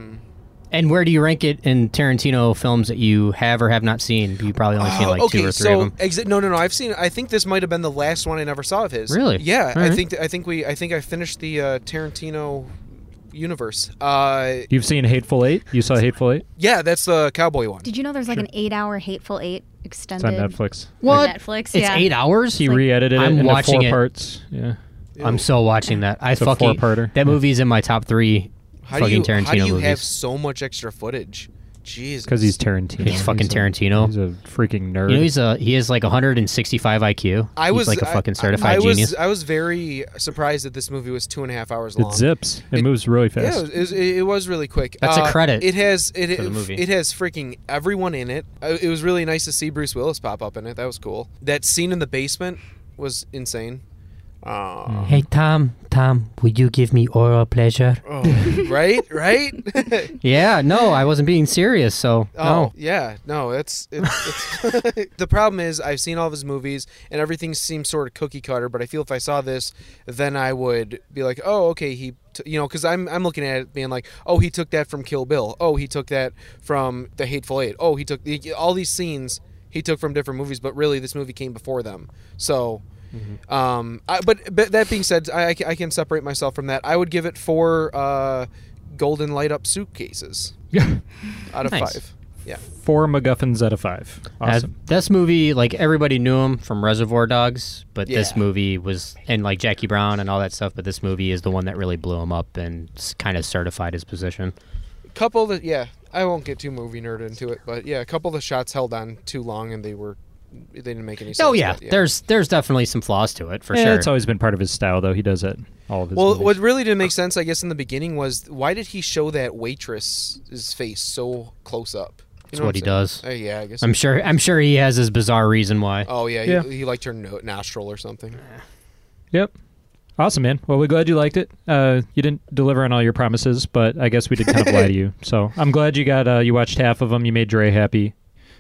C: and where do you rank it in tarantino films that you have or have not seen you probably only seen
A: Oh,
C: like
A: okay,
C: two or three
A: so
C: of them
A: Exi- no, no, no. I've seen. I think this might have been the last one I never saw of his.
C: Really?
A: Yeah.
C: All
A: I
C: right.
A: think. I think we. I think I finished the uh, Tarantino universe. Uh,
I: You've seen Hateful Eight. You saw Hateful Eight.
A: yeah, that's the cowboy one.
H: Did you know there's like an eight-hour Hateful Eight
I: It's
H: extended
I: on Netflix.
C: what
H: Netflix?
C: it's
H: yeah.
C: eight hours
I: He re-edited
C: I'm
I: it into
C: watching
I: four
C: it.
I: parts. Yeah.
C: I'm so watching that. I
I: a
C: fucking
I: four-parter.
C: that movie's in my top three
A: How do
C: fucking
A: you?
C: Tarantino
A: how do you
C: movies.
A: have so much extra footage? Jesus.
I: Because he's Tarantino.
C: He's fucking
I: a-
C: Tarantino.
I: he's a freaking nerd.
C: you know he's a he has like 165 IQ.
A: I
C: He's
A: was
C: like a
A: I-
C: fucking
A: I,
C: certified
A: was,
C: genius.
A: I was very surprised that this movie was two and a half hours long.
I: it zips. It, moves really fast.
A: Yeah, it was, it, it was really quick. Uh,
C: That's a credit
A: It has it
C: to the movie.
A: it has freaking everyone in it. Uh, It was really nice to see Bruce Willis pop up in it. That was cool. That scene in the basement was insane. Uh,
K: Hey, Tom, Tom, would you give me oral pleasure?
C: Mm.
A: oh, right, right.
C: Yeah, no, I wasn't being serious, so
A: Oh
C: no.
A: yeah, no. It's, it's, it's the problem is I've seen all of his movies and everything seems sort of cookie cutter. But I feel if I saw this, then I would be like, oh, okay, he, t-, you know, because I'm I'm looking at it being like, oh, he took that from Kill Bill. Oh, he took that from The Hateful Eight. Oh, he took the, all these scenes he took from different movies, but really this movie came before them. So, um, I, but but that being said, I I ca- I can separate myself from that. I would give it four uh, golden light up suitcases.
I: Yeah.
A: Out of
I: Nice.
A: five. Yeah.
I: Four MacGuffins out of five.
C: Uh,
I: Awesome.
C: this movie, like everybody knew him from Reservoir Dogs, but this
A: Yeah.
C: movie was and like Jackie Brown and all that stuff. But this movie is the one that really blew him up and kind of certified his position.
A: couple that yeah i won't get too movie nerd into it but yeah a couple of the shots held on too long and they were they didn't make any sense
C: oh yeah,
A: but,
C: there's there's definitely some flaws to it for
I: yeah,
C: sure.
I: It's always been part of his style, though. He does it all of his.
A: well
I: movies.
A: what really didn't make sense i guess in the beginning was why did he show that waitress's face so close up You
C: It's
A: know
C: what he
A: I'm
C: does.
A: saying? Uh, yeah i guess
C: I'm sure. I'm sure he has his bizarre reason why.
A: oh yeah,
I: Yeah.
A: He, he liked her no- nostril or something
I: Yep. Awesome, man. Well, we're glad you liked it. Uh, you didn't deliver on all your promises, but I guess we did kind of lie to you. So I'm glad you got uh, you watched half of them. You made Dre happy.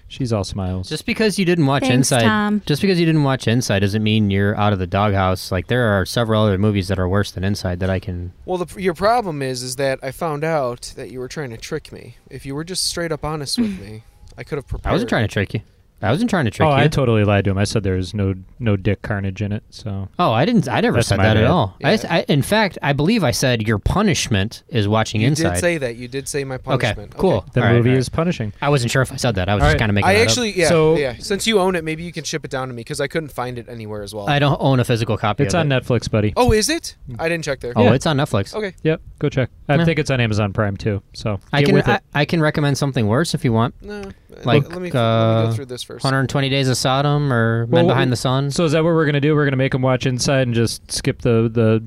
I: She's all smiles.
C: Just because you didn't watch
H: Thanks,
C: Inside,
H: Tom.
C: just because you didn't watch Inside doesn't mean you're out of the doghouse. Like there are several other movies that are worse than Inside that I can.
A: well the, your problem is is that i found out that you were trying to trick me if you were just straight up honest with me i could have prepared
C: I wasn't trying to trick you. I wasn't trying to trick
I: oh,
C: you.
I: I totally lied to him. I said there was no no dick carnage in it. So
C: oh, I didn't. I never
I: That's
C: said
I: my
C: that at
I: bad.
C: all. I s I in fact, I believe I said your punishment is watching
A: you
C: Inside.
A: did say that you did say my
C: okay,
A: punishment
C: cool.
I: the
C: All right,
I: movie
C: all right.
I: is punishing.
C: I wasn't sure if I said that. I was
I: All
C: just
I: right.
C: kind of making.
A: I
C: that up.
A: actually, yeah,
I: So-
A: yeah. Since you own it, maybe you can ship it down to me because I couldn't find it anywhere as well.
C: I don't own a physical copy.
I: It's
C: of
I: on
C: It.
I: Netflix, buddy.
A: Oh, is it? I didn't check there.
C: Oh, it's on Netflix.
A: Okay.
I: Yep, go check. I
C: Yeah.
I: think it's on Amazon Prime too. So
C: I
I: get
C: can
I: with it.
C: I, I can recommend something worse if you want.
A: No, uh,
C: Like uh,
A: let, me, let me go through this first.
C: 120 Days of Sodom or Men
I: Well,
C: Behind the Sun.
I: So is that what we're gonna do? We're gonna make him watch Inside and just skip the the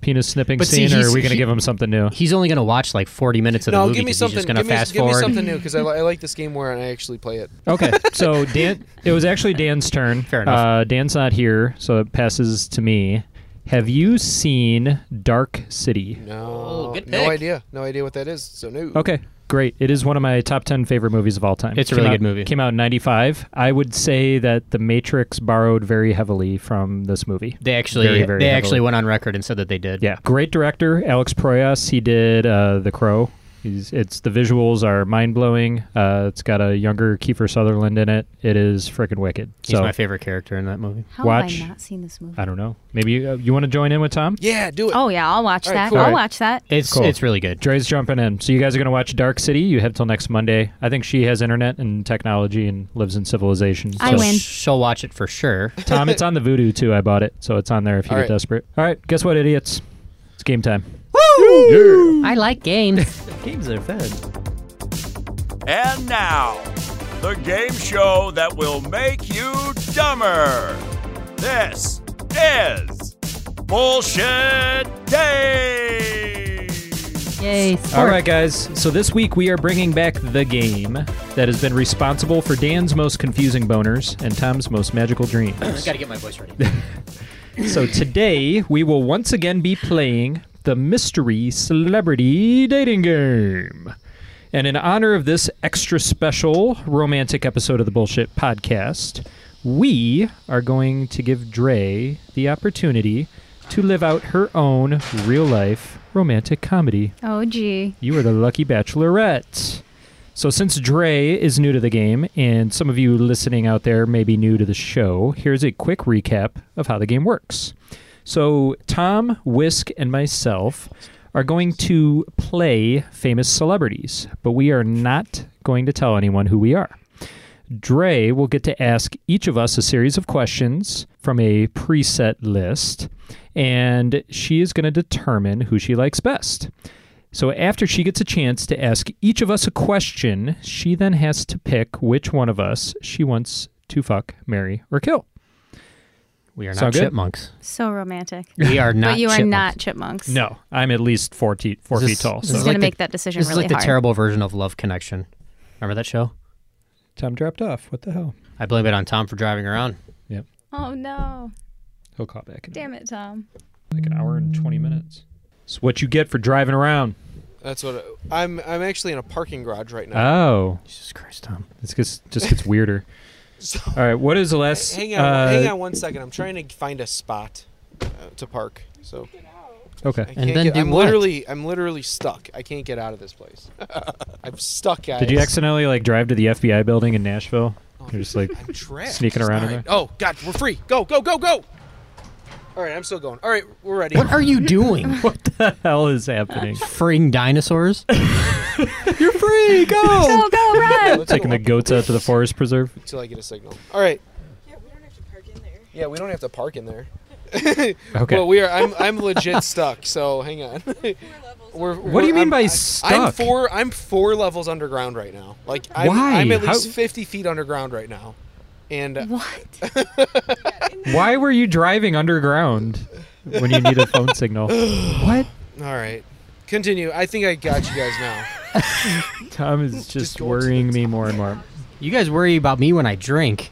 I: penis snipping
C: But see,
I: scene, or
C: he's-
I: are we gonna
C: he-
I: give him something new?
C: He's only gonna watch like 40 minutes of the
A: No,
C: movie
A: give me
C: 'cause
A: something.
C: he's just gonna
A: give, me,
C: fast
A: give me
C: forward.
A: something new because I, li- I like this game where I actually play it.
I: Okay, so Dan, it was actually Dan's turn. Fair
C: enough.
I: Uh, Dan's not here, so it passes to me. Have you seen Dark City?
A: No,
C: Oh, good
A: no
C: pick.
A: idea, no idea what that is. So new.
I: Okay, great. It is one of my top ten favorite movies of all time.
C: It's a
I: Came
C: really
I: out-
C: good movie.
I: Came out in '95. I would say that The Matrix borrowed very heavily from this movie.
C: They actually
I: Very, very
C: they
I: heavily.
C: actually went on record and said that they did.
I: Yeah, great director Alex Proyas. He did uh, The Crow. He's it's the visuals are mind blowing. Uh, it's got a younger Kiefer Sutherland in it. It is freaking wicked.
C: He's
I: so
C: my favorite character in that movie.
H: How
I: Watch.
H: have I not seen this movie?
I: I don't know. Maybe you, uh, you want to join in with Tom?
A: Yeah, do it.
H: Oh yeah, I'll watch
A: All right,
H: that.
A: cool.
H: I'll watch that.
C: It's
I: Cool.
C: it's really good.
I: Dre's jumping in. So you guys are going to watch Dark City. You have till next Monday. I think she has internet and technology and lives in civilization.
H: I
I: so-
H: win.
C: She'll watch it for sure.
I: Tom, it's on the Voodoo too. I bought it, so it's on there if you
A: All
I: get
A: right.
I: desperate. All right, guess what, idiots? It's game time.
C: I like games. games are fun.
L: And now, the game show that will make you dumber. This is Bullshit Day.
H: Yay!
I: All right, guys. So this week we are bringing back the game that has been responsible for Dan's most confusing boners and Tom's most magical
C: I
I: dreams.
C: gotta get my voice ready.
I: so today we will once again be playing the mystery celebrity dating game. And in honor of this extra special romantic episode of the Bullshit Podcast, we are going to give Dre the opportunity to live out her own real life romantic comedy
H: Oh gee.
I: you are the lucky bachelorette. So, since Dre is new to the game, and some of you listening out there may be new to the show, here's a quick recap of how the game works. So, Tom, Whisk, and myself are going to play famous celebrities, but we are not going to tell anyone who we are. Dre will get to ask each of us a series of questions from a preset list, and she is going to determine who she likes best. So, after she gets a chance to ask each of us a question, she then has to pick which one of us she wants to fuck, marry, or kill.
C: We are
I: Sound
C: not
I: good?
C: chipmunks.
H: So romantic.
C: We are not.
H: but you are
C: chipmunks.
H: not chipmunks.
I: No, I'm at least four, te- four
C: This
I: feet
C: is-
I: tall.
C: this
H: This
I: So.
H: is
C: like
H: gonna
C: the-
H: make that decision
C: This is
H: really
C: like the
H: hard.
C: terrible version of Love Connection. Remember that show?
I: Tom dropped off. What the hell?
C: I blame it on Tom for driving around.
H: Oh no.
I: He'll call back in
H: Damn it, Tom.
I: like an hour and 20 minutes. It's what you get for driving around.
A: That's what I, am I'm actually in a parking garage right
C: Uh,
A: now.
I: Oh. Jesus Christ, Tom. This gets, just gets weirder. All right, what is the last.
A: Hang on,
I: uh,
A: hang on one second. I'm trying to find a spot uh, to park. So.
I: Okay.
A: I
I: And
A: can't
I: then
A: get-
I: do
A: I'm
I: what?
A: literally, I'm literally stuck. I can't get out of this place. I'm stuck, guys.
I: Did you accidentally like drive to the FBI building in Nashville?
A: Oh,
I: You're just like
A: I'm trapped.
I: sneaking around in
A: All
I: there.
A: right. Oh God, we're free. Go, go, go, go. All right, I'm still going. All right, we're ready.
C: What are you doing?
I: what the hell is happening?
C: Freeing dinosaurs?
A: You're free. Go. go,
H: go, run.
I: Taking the goats out to the forest preserve.
A: Until I get a signal. All right. Yeah, we don't have to park in there. Yeah, we don't have to park in there.
I: Okay.
A: Well, we are. I'm I'm legit stuck. So hang on. We're,
I: What do you
A: we're-
I: mean
A: I'm-
I: by
A: I- I'm
I: stuck?
A: four. I'm four levels underground right now. Like I'm,
I: Why?
A: I'm at least
I: How-
A: 50 feet underground right now. And uh,
H: what?
I: Why were you driving underground when you need a phone signal? what?
A: All right. Continue. I think I got you guys now.
I: Tom is just, worrying me more and more.
C: You guys worry about me when I drink.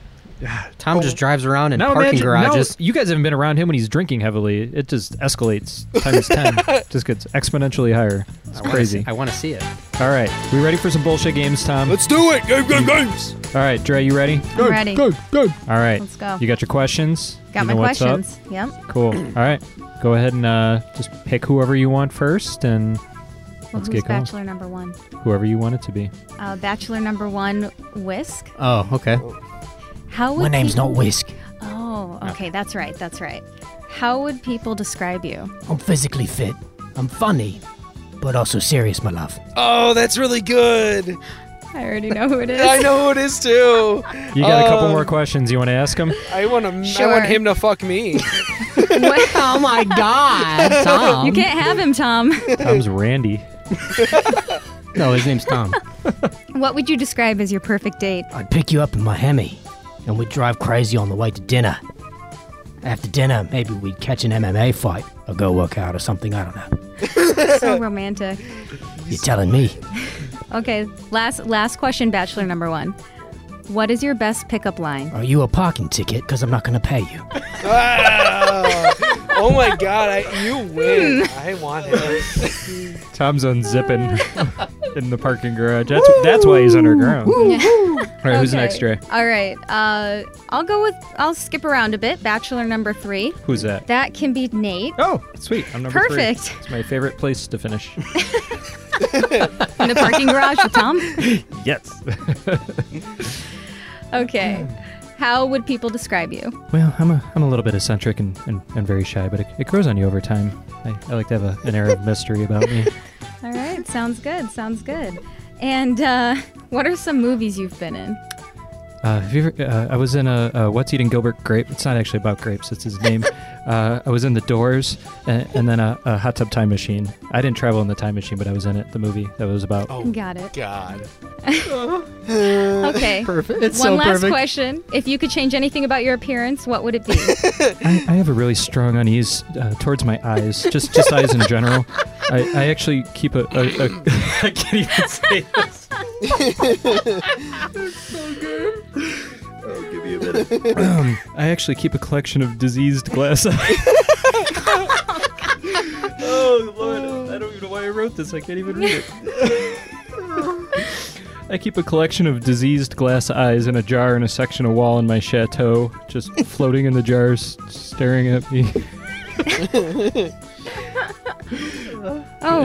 C: Tom just drives around in
I: Now
C: parking
I: imagine, now-
C: garages.
I: you guys haven't been around him when he's drinking heavily. It just escalates times ten. just gets exponentially higher. It's
C: wanna
I: crazy.
C: see- I want to see it.
I: All right, we ready for some bullshit games, Tom?
A: Let's do it. Game, game, games.
I: All right, Dre, you ready?
H: I'm ready. Go,
I: go. All right.
H: Let's go.
I: You got your questions?
H: Got
I: You
H: my
I: know what's up?
H: questions. Yep.
I: Cool. All right. Go ahead and uh, just pick whoever you want first and
H: Well,
I: let's
H: who's
I: get going.
H: bachelor number one?
I: Whoever you want it to be.
H: Uh, bachelor number one, Whisk.
C: Oh, okay.
H: How would
C: My name's
H: people-
C: not Whisk.
H: Oh, okay, that's right, that's right. How would people describe you?
J: I'm physically fit. I'm funny, but also serious, my love.
A: Oh, that's really good.
H: I already know who it is.
A: I know who it is too.
I: You got a couple
A: Um,
I: more questions you want to ask him?
A: I want to. I
H: Sure.
A: want him to fuck me.
C: oh my God, Tom!
H: You can't have him, Tom.
I: Tom's Randy.
C: no, his name's Tom.
H: what would you describe as your perfect date?
J: I'd pick you up in my Hemi, and we'd drive crazy on the way to dinner. After dinner, maybe we'd catch an MMA fight or go work out or something. I don't know.
H: so romantic.
J: You're telling me.
H: Okay, last last question, bachelor number one. What is your best pickup line?
J: Are you a parking ticket? Because I'm not going to pay you.
A: Ah. oh my god, I, you win. I want him.
I: Tom's unzipping in the parking garage. That's that's why he's underground. All right, who's
H: Okay.
I: next, Dre?
H: All right, uh, I'll go with I'll skip around a bit. Bachelor number three.
I: Who's that?
H: That can be Nate.
I: Oh, sweet. I'm number
H: Perfect.
I: three. It's my favorite place to finish.
H: in the parking garage with Tom.
I: yes.
H: Okay. How would people describe you?
I: Well, I'm a, I'm a little bit eccentric and, and, and very shy, but it, it grows on you over time. I, I like to have a, an air of mystery about me.
H: All right, sounds good. Sounds good. And uh, what are some movies you've been in?
I: Uh, have you ever, uh, I was in a, uh What's Eating Gilbert Grape. It's not actually about grapes, it's his name. uh, I was in The Doors and, and then a, a Hot Tub Time Machine. I didn't travel in the time machine, but I was in it, the movie that was about.
H: Got it.
A: God.
H: Okay.
I: Perfect. It's
H: One
I: so
H: last
I: perfect.
H: question. If you could change anything about your appearance, what would it be?
I: I, I have a really strong unease uh, towards my eyes, just just eyes in general. I, I actually keep a. a, a I can't even say this.
M: Give me a minute.
I: Um, I actually keep a collection of diseased glass eyes. oh lord! I don't even know why I wrote this. I can't even read it. I keep a collection of diseased glass eyes in a jar in a section of wall in my chateau, just floating in the jars, staring at me.
H: Oh
I: Any-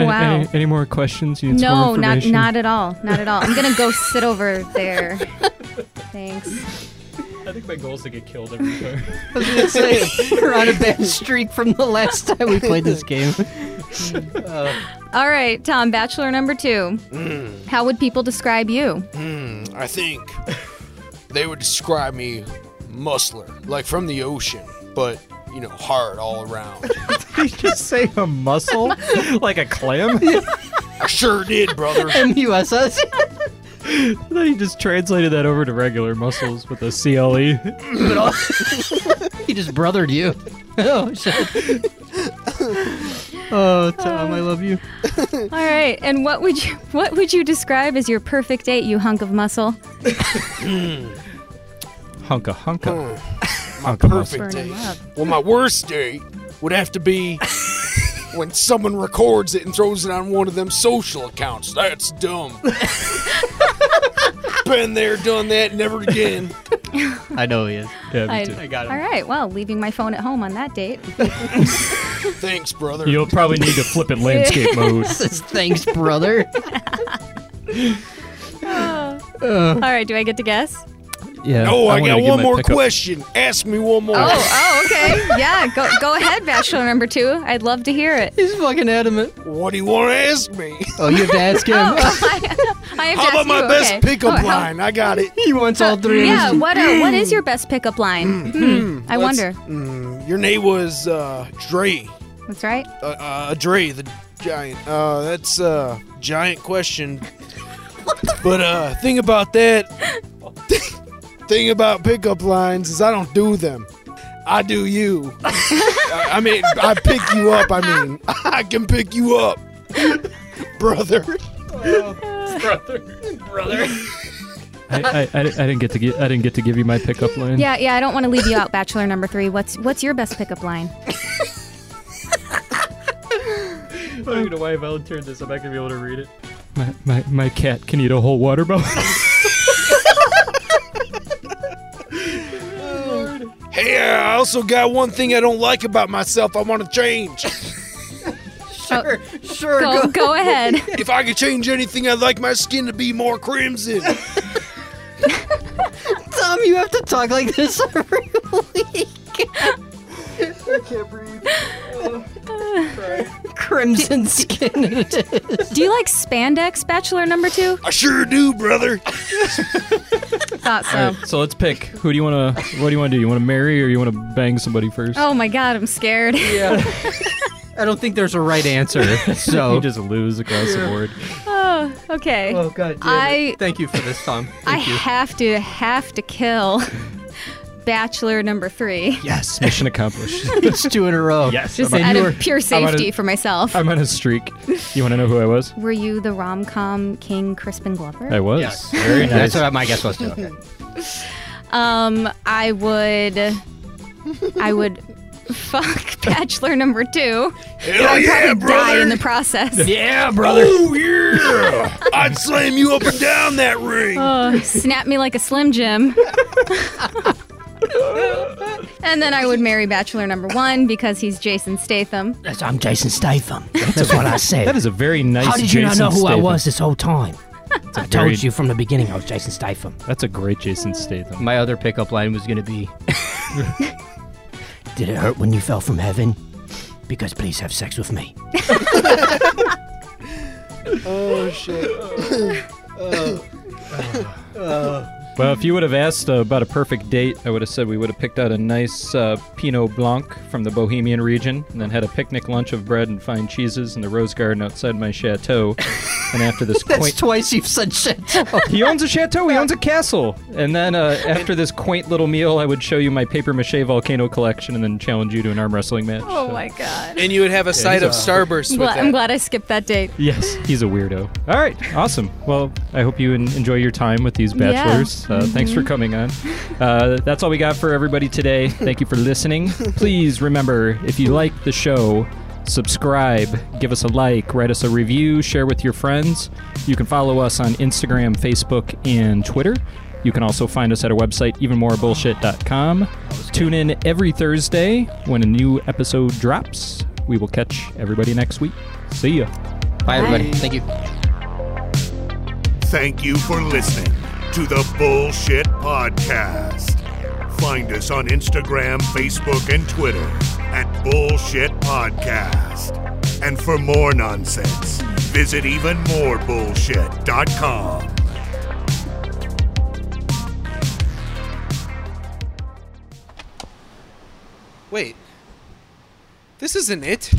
H: wow.
I: Any, any more questions? You need some
H: No,
I: more
H: not
I: information?
H: not at all. Not at all. I'm gonna go sit over there. Thanks.
I: I think my goal is to get killed every time.
C: I was gonna say we're on a bad streak from the last time we played this game.
H: All right, Tom, Bachelor number two.
A: Mm.
H: How would people describe you?
A: Hmm, I think they would describe me muscler, like from the ocean, but you know, hard all around.
I: Did you just say a muscle? like a clam?
A: I sure did, brother.
C: MUSS.
I: I thought he just translated that over to regular muscles with a E. CLE.
C: he just brothered you. Oh shit. Oh Tom, I love you.
H: All right, and what would you what would you describe as your perfect date, you hunk of muscle?
I: Hunka hunka.
A: Hmm. my
B: Uncle Musk.
A: perfect
B: Burn
A: day.
B: 'em
A: Well, my worst day would have to be when someone records it and throws it on one of them social accounts. That's dumb. Been there, done that, never again.
C: I know he is.
I: Yeah,
H: I, All right. Well, leaving my phone at home on that date.
A: Thanks, brother.
I: You'll probably need to flip it landscape mode.
C: Thanks, brother.
H: All right. Do I get to guess?
I: Yeah.
A: No, I,
I: wanted to
A: got
I: give
A: one
I: my
A: more
I: pickup-
A: question. Ask me one more.
H: Oh, oh, okay. Yeah, go go ahead, Bachelor number two. I'd love to hear it.
C: He's fucking adamant.
H: Oh.
A: What do you want to ask me?
C: Oh, you have to ask him.
H: I have
A: How
H: to
A: about
H: ask
A: my
H: you,
A: best
H: okay.
A: pickup
H: Oh, how-
A: line? I got it.
C: He wants all three.
H: Yeah, what uh, what is your best pickup line? Hmm, I
A: Let's-
H: wonder.
A: Mm, your name was uh, Dre.
H: That's right.
A: Uh, uh, Dre the giant. Uh, that's a uh, giant question. but uh, thing about that, thing about pickup lines is I don't do them. I do you. I, I mean, I pick you up. I mean, I can pick you up, brother.
I: brother, brother. I, I, I, I didn't get to gi- I didn't get to give you my pickup line.
H: Yeah, yeah. I don't want to leave you out, Bachelor number three. What's what's your best pickup line?
I: I'm gonna why Valen turned this. I'm not gonna be able to read it. My, my, my cat can eat a whole watermelon.
A: Hey, I also got one thing I don't like about myself. I want to change.
C: Oh,
H: Sure,
C: sure.
H: Go, go ahead.
A: if I could change anything, I'd like my skin to be more crimson.
C: Tom, you have to talk like this every week. Crimson skin it is.
H: Do you like spandex, Bachelor number two?
A: I sure do, brother.
H: Thought so.
I: All right, so let's pick. Who do you wanna? What do you wanna do? You wanna marry or you wanna bang somebody first?
H: Oh my god, I'm scared. Yeah.
C: I don't think there's a right answer. So
I: you just lose across the board.
H: oh, okay.
C: Oh god. Damn
H: I
C: it. Thank you for this, Tom. Thank
H: I
C: you.
H: have to have to kill Bachelor number three.
I: Yes, mission accomplished.
C: it's two in a row.
I: Yes,
H: Just
I: I'm on-
H: out
I: you are-
H: of pure
I: I'm on a-
H: safety for myself.
I: I'm on a streak. You wanna know who I was?
H: Were you the rom com king Crispin Glover?
I: I was.
C: Very nice. That's what my guess was too. Okay.
H: Um, I would, I would fuck Bachelor number two.
A: Hell
H: I'd
A: yeah,
H: probably die
A: brother.
H: in the process.
A: Yeah, brother. Oh yeah. I'd slam you up and down that ring.
H: Oh, snap me like a Slim Jim. and then I would marry Bachelor number one because he's Jason Statham.
K: That's, I'm Jason Statham. That's what I said.
I: That is a very nice.
K: How did you not
I: Jason
K: know who
I: Statham.
K: I was this whole time? I told
I: very-
K: you from the beginning I was Jason Statham.
I: That's a great Jason Statham.
C: My other pickup line was gonna be
K: Did it hurt when you fell from heaven? Because please have sex with me.
A: Oh shit.
I: Well, if you would have asked uh, about a perfect date, I would have said we would have picked out a nice uh, Pinot Blanc from the Bohemian region, and then had a picnic lunch of bread and fine cheeses in the rose garden outside my chateau. and after this
C: That's
I: quaint,
C: twice you've said shit.
I: he owns a chateau, he owns a castle. And then uh, after this quaint little meal, I would show you my paper mache volcano collection, and then challenge you to an arm wrestling match.
H: Oh my god.
A: And you would have a side
I: he's
A: of
I: a-
A: Starburst
H: I'm
A: with
H: glad,
A: that.
H: I'm glad I skipped that date.
I: Yes, he's a weirdo. All right, awesome. Well, I hope you en- enjoy your time with these bachelors.
H: Yeah.
I: Uh, Thanks for coming on. Uh, that's all we got for everybody today. Thank you for listening. Please remember if you like the show, subscribe, give us a like, write us a review, share with your friends. You can follow us on Instagram, Facebook, and Twitter. You can also find us at our website, evenmorebullshit.com. Tune in every Thursday when a new episode drops. We will catch everybody next week. See ya.
C: Bye everybody. Thank you.
G: Thank you for listening to the Bullshit Podcast. Find us on Instagram, Facebook, and Twitter at Bullshit Podcast. And for more nonsense, visit evenmorebullshit.com.
A: Wait. This isn't it.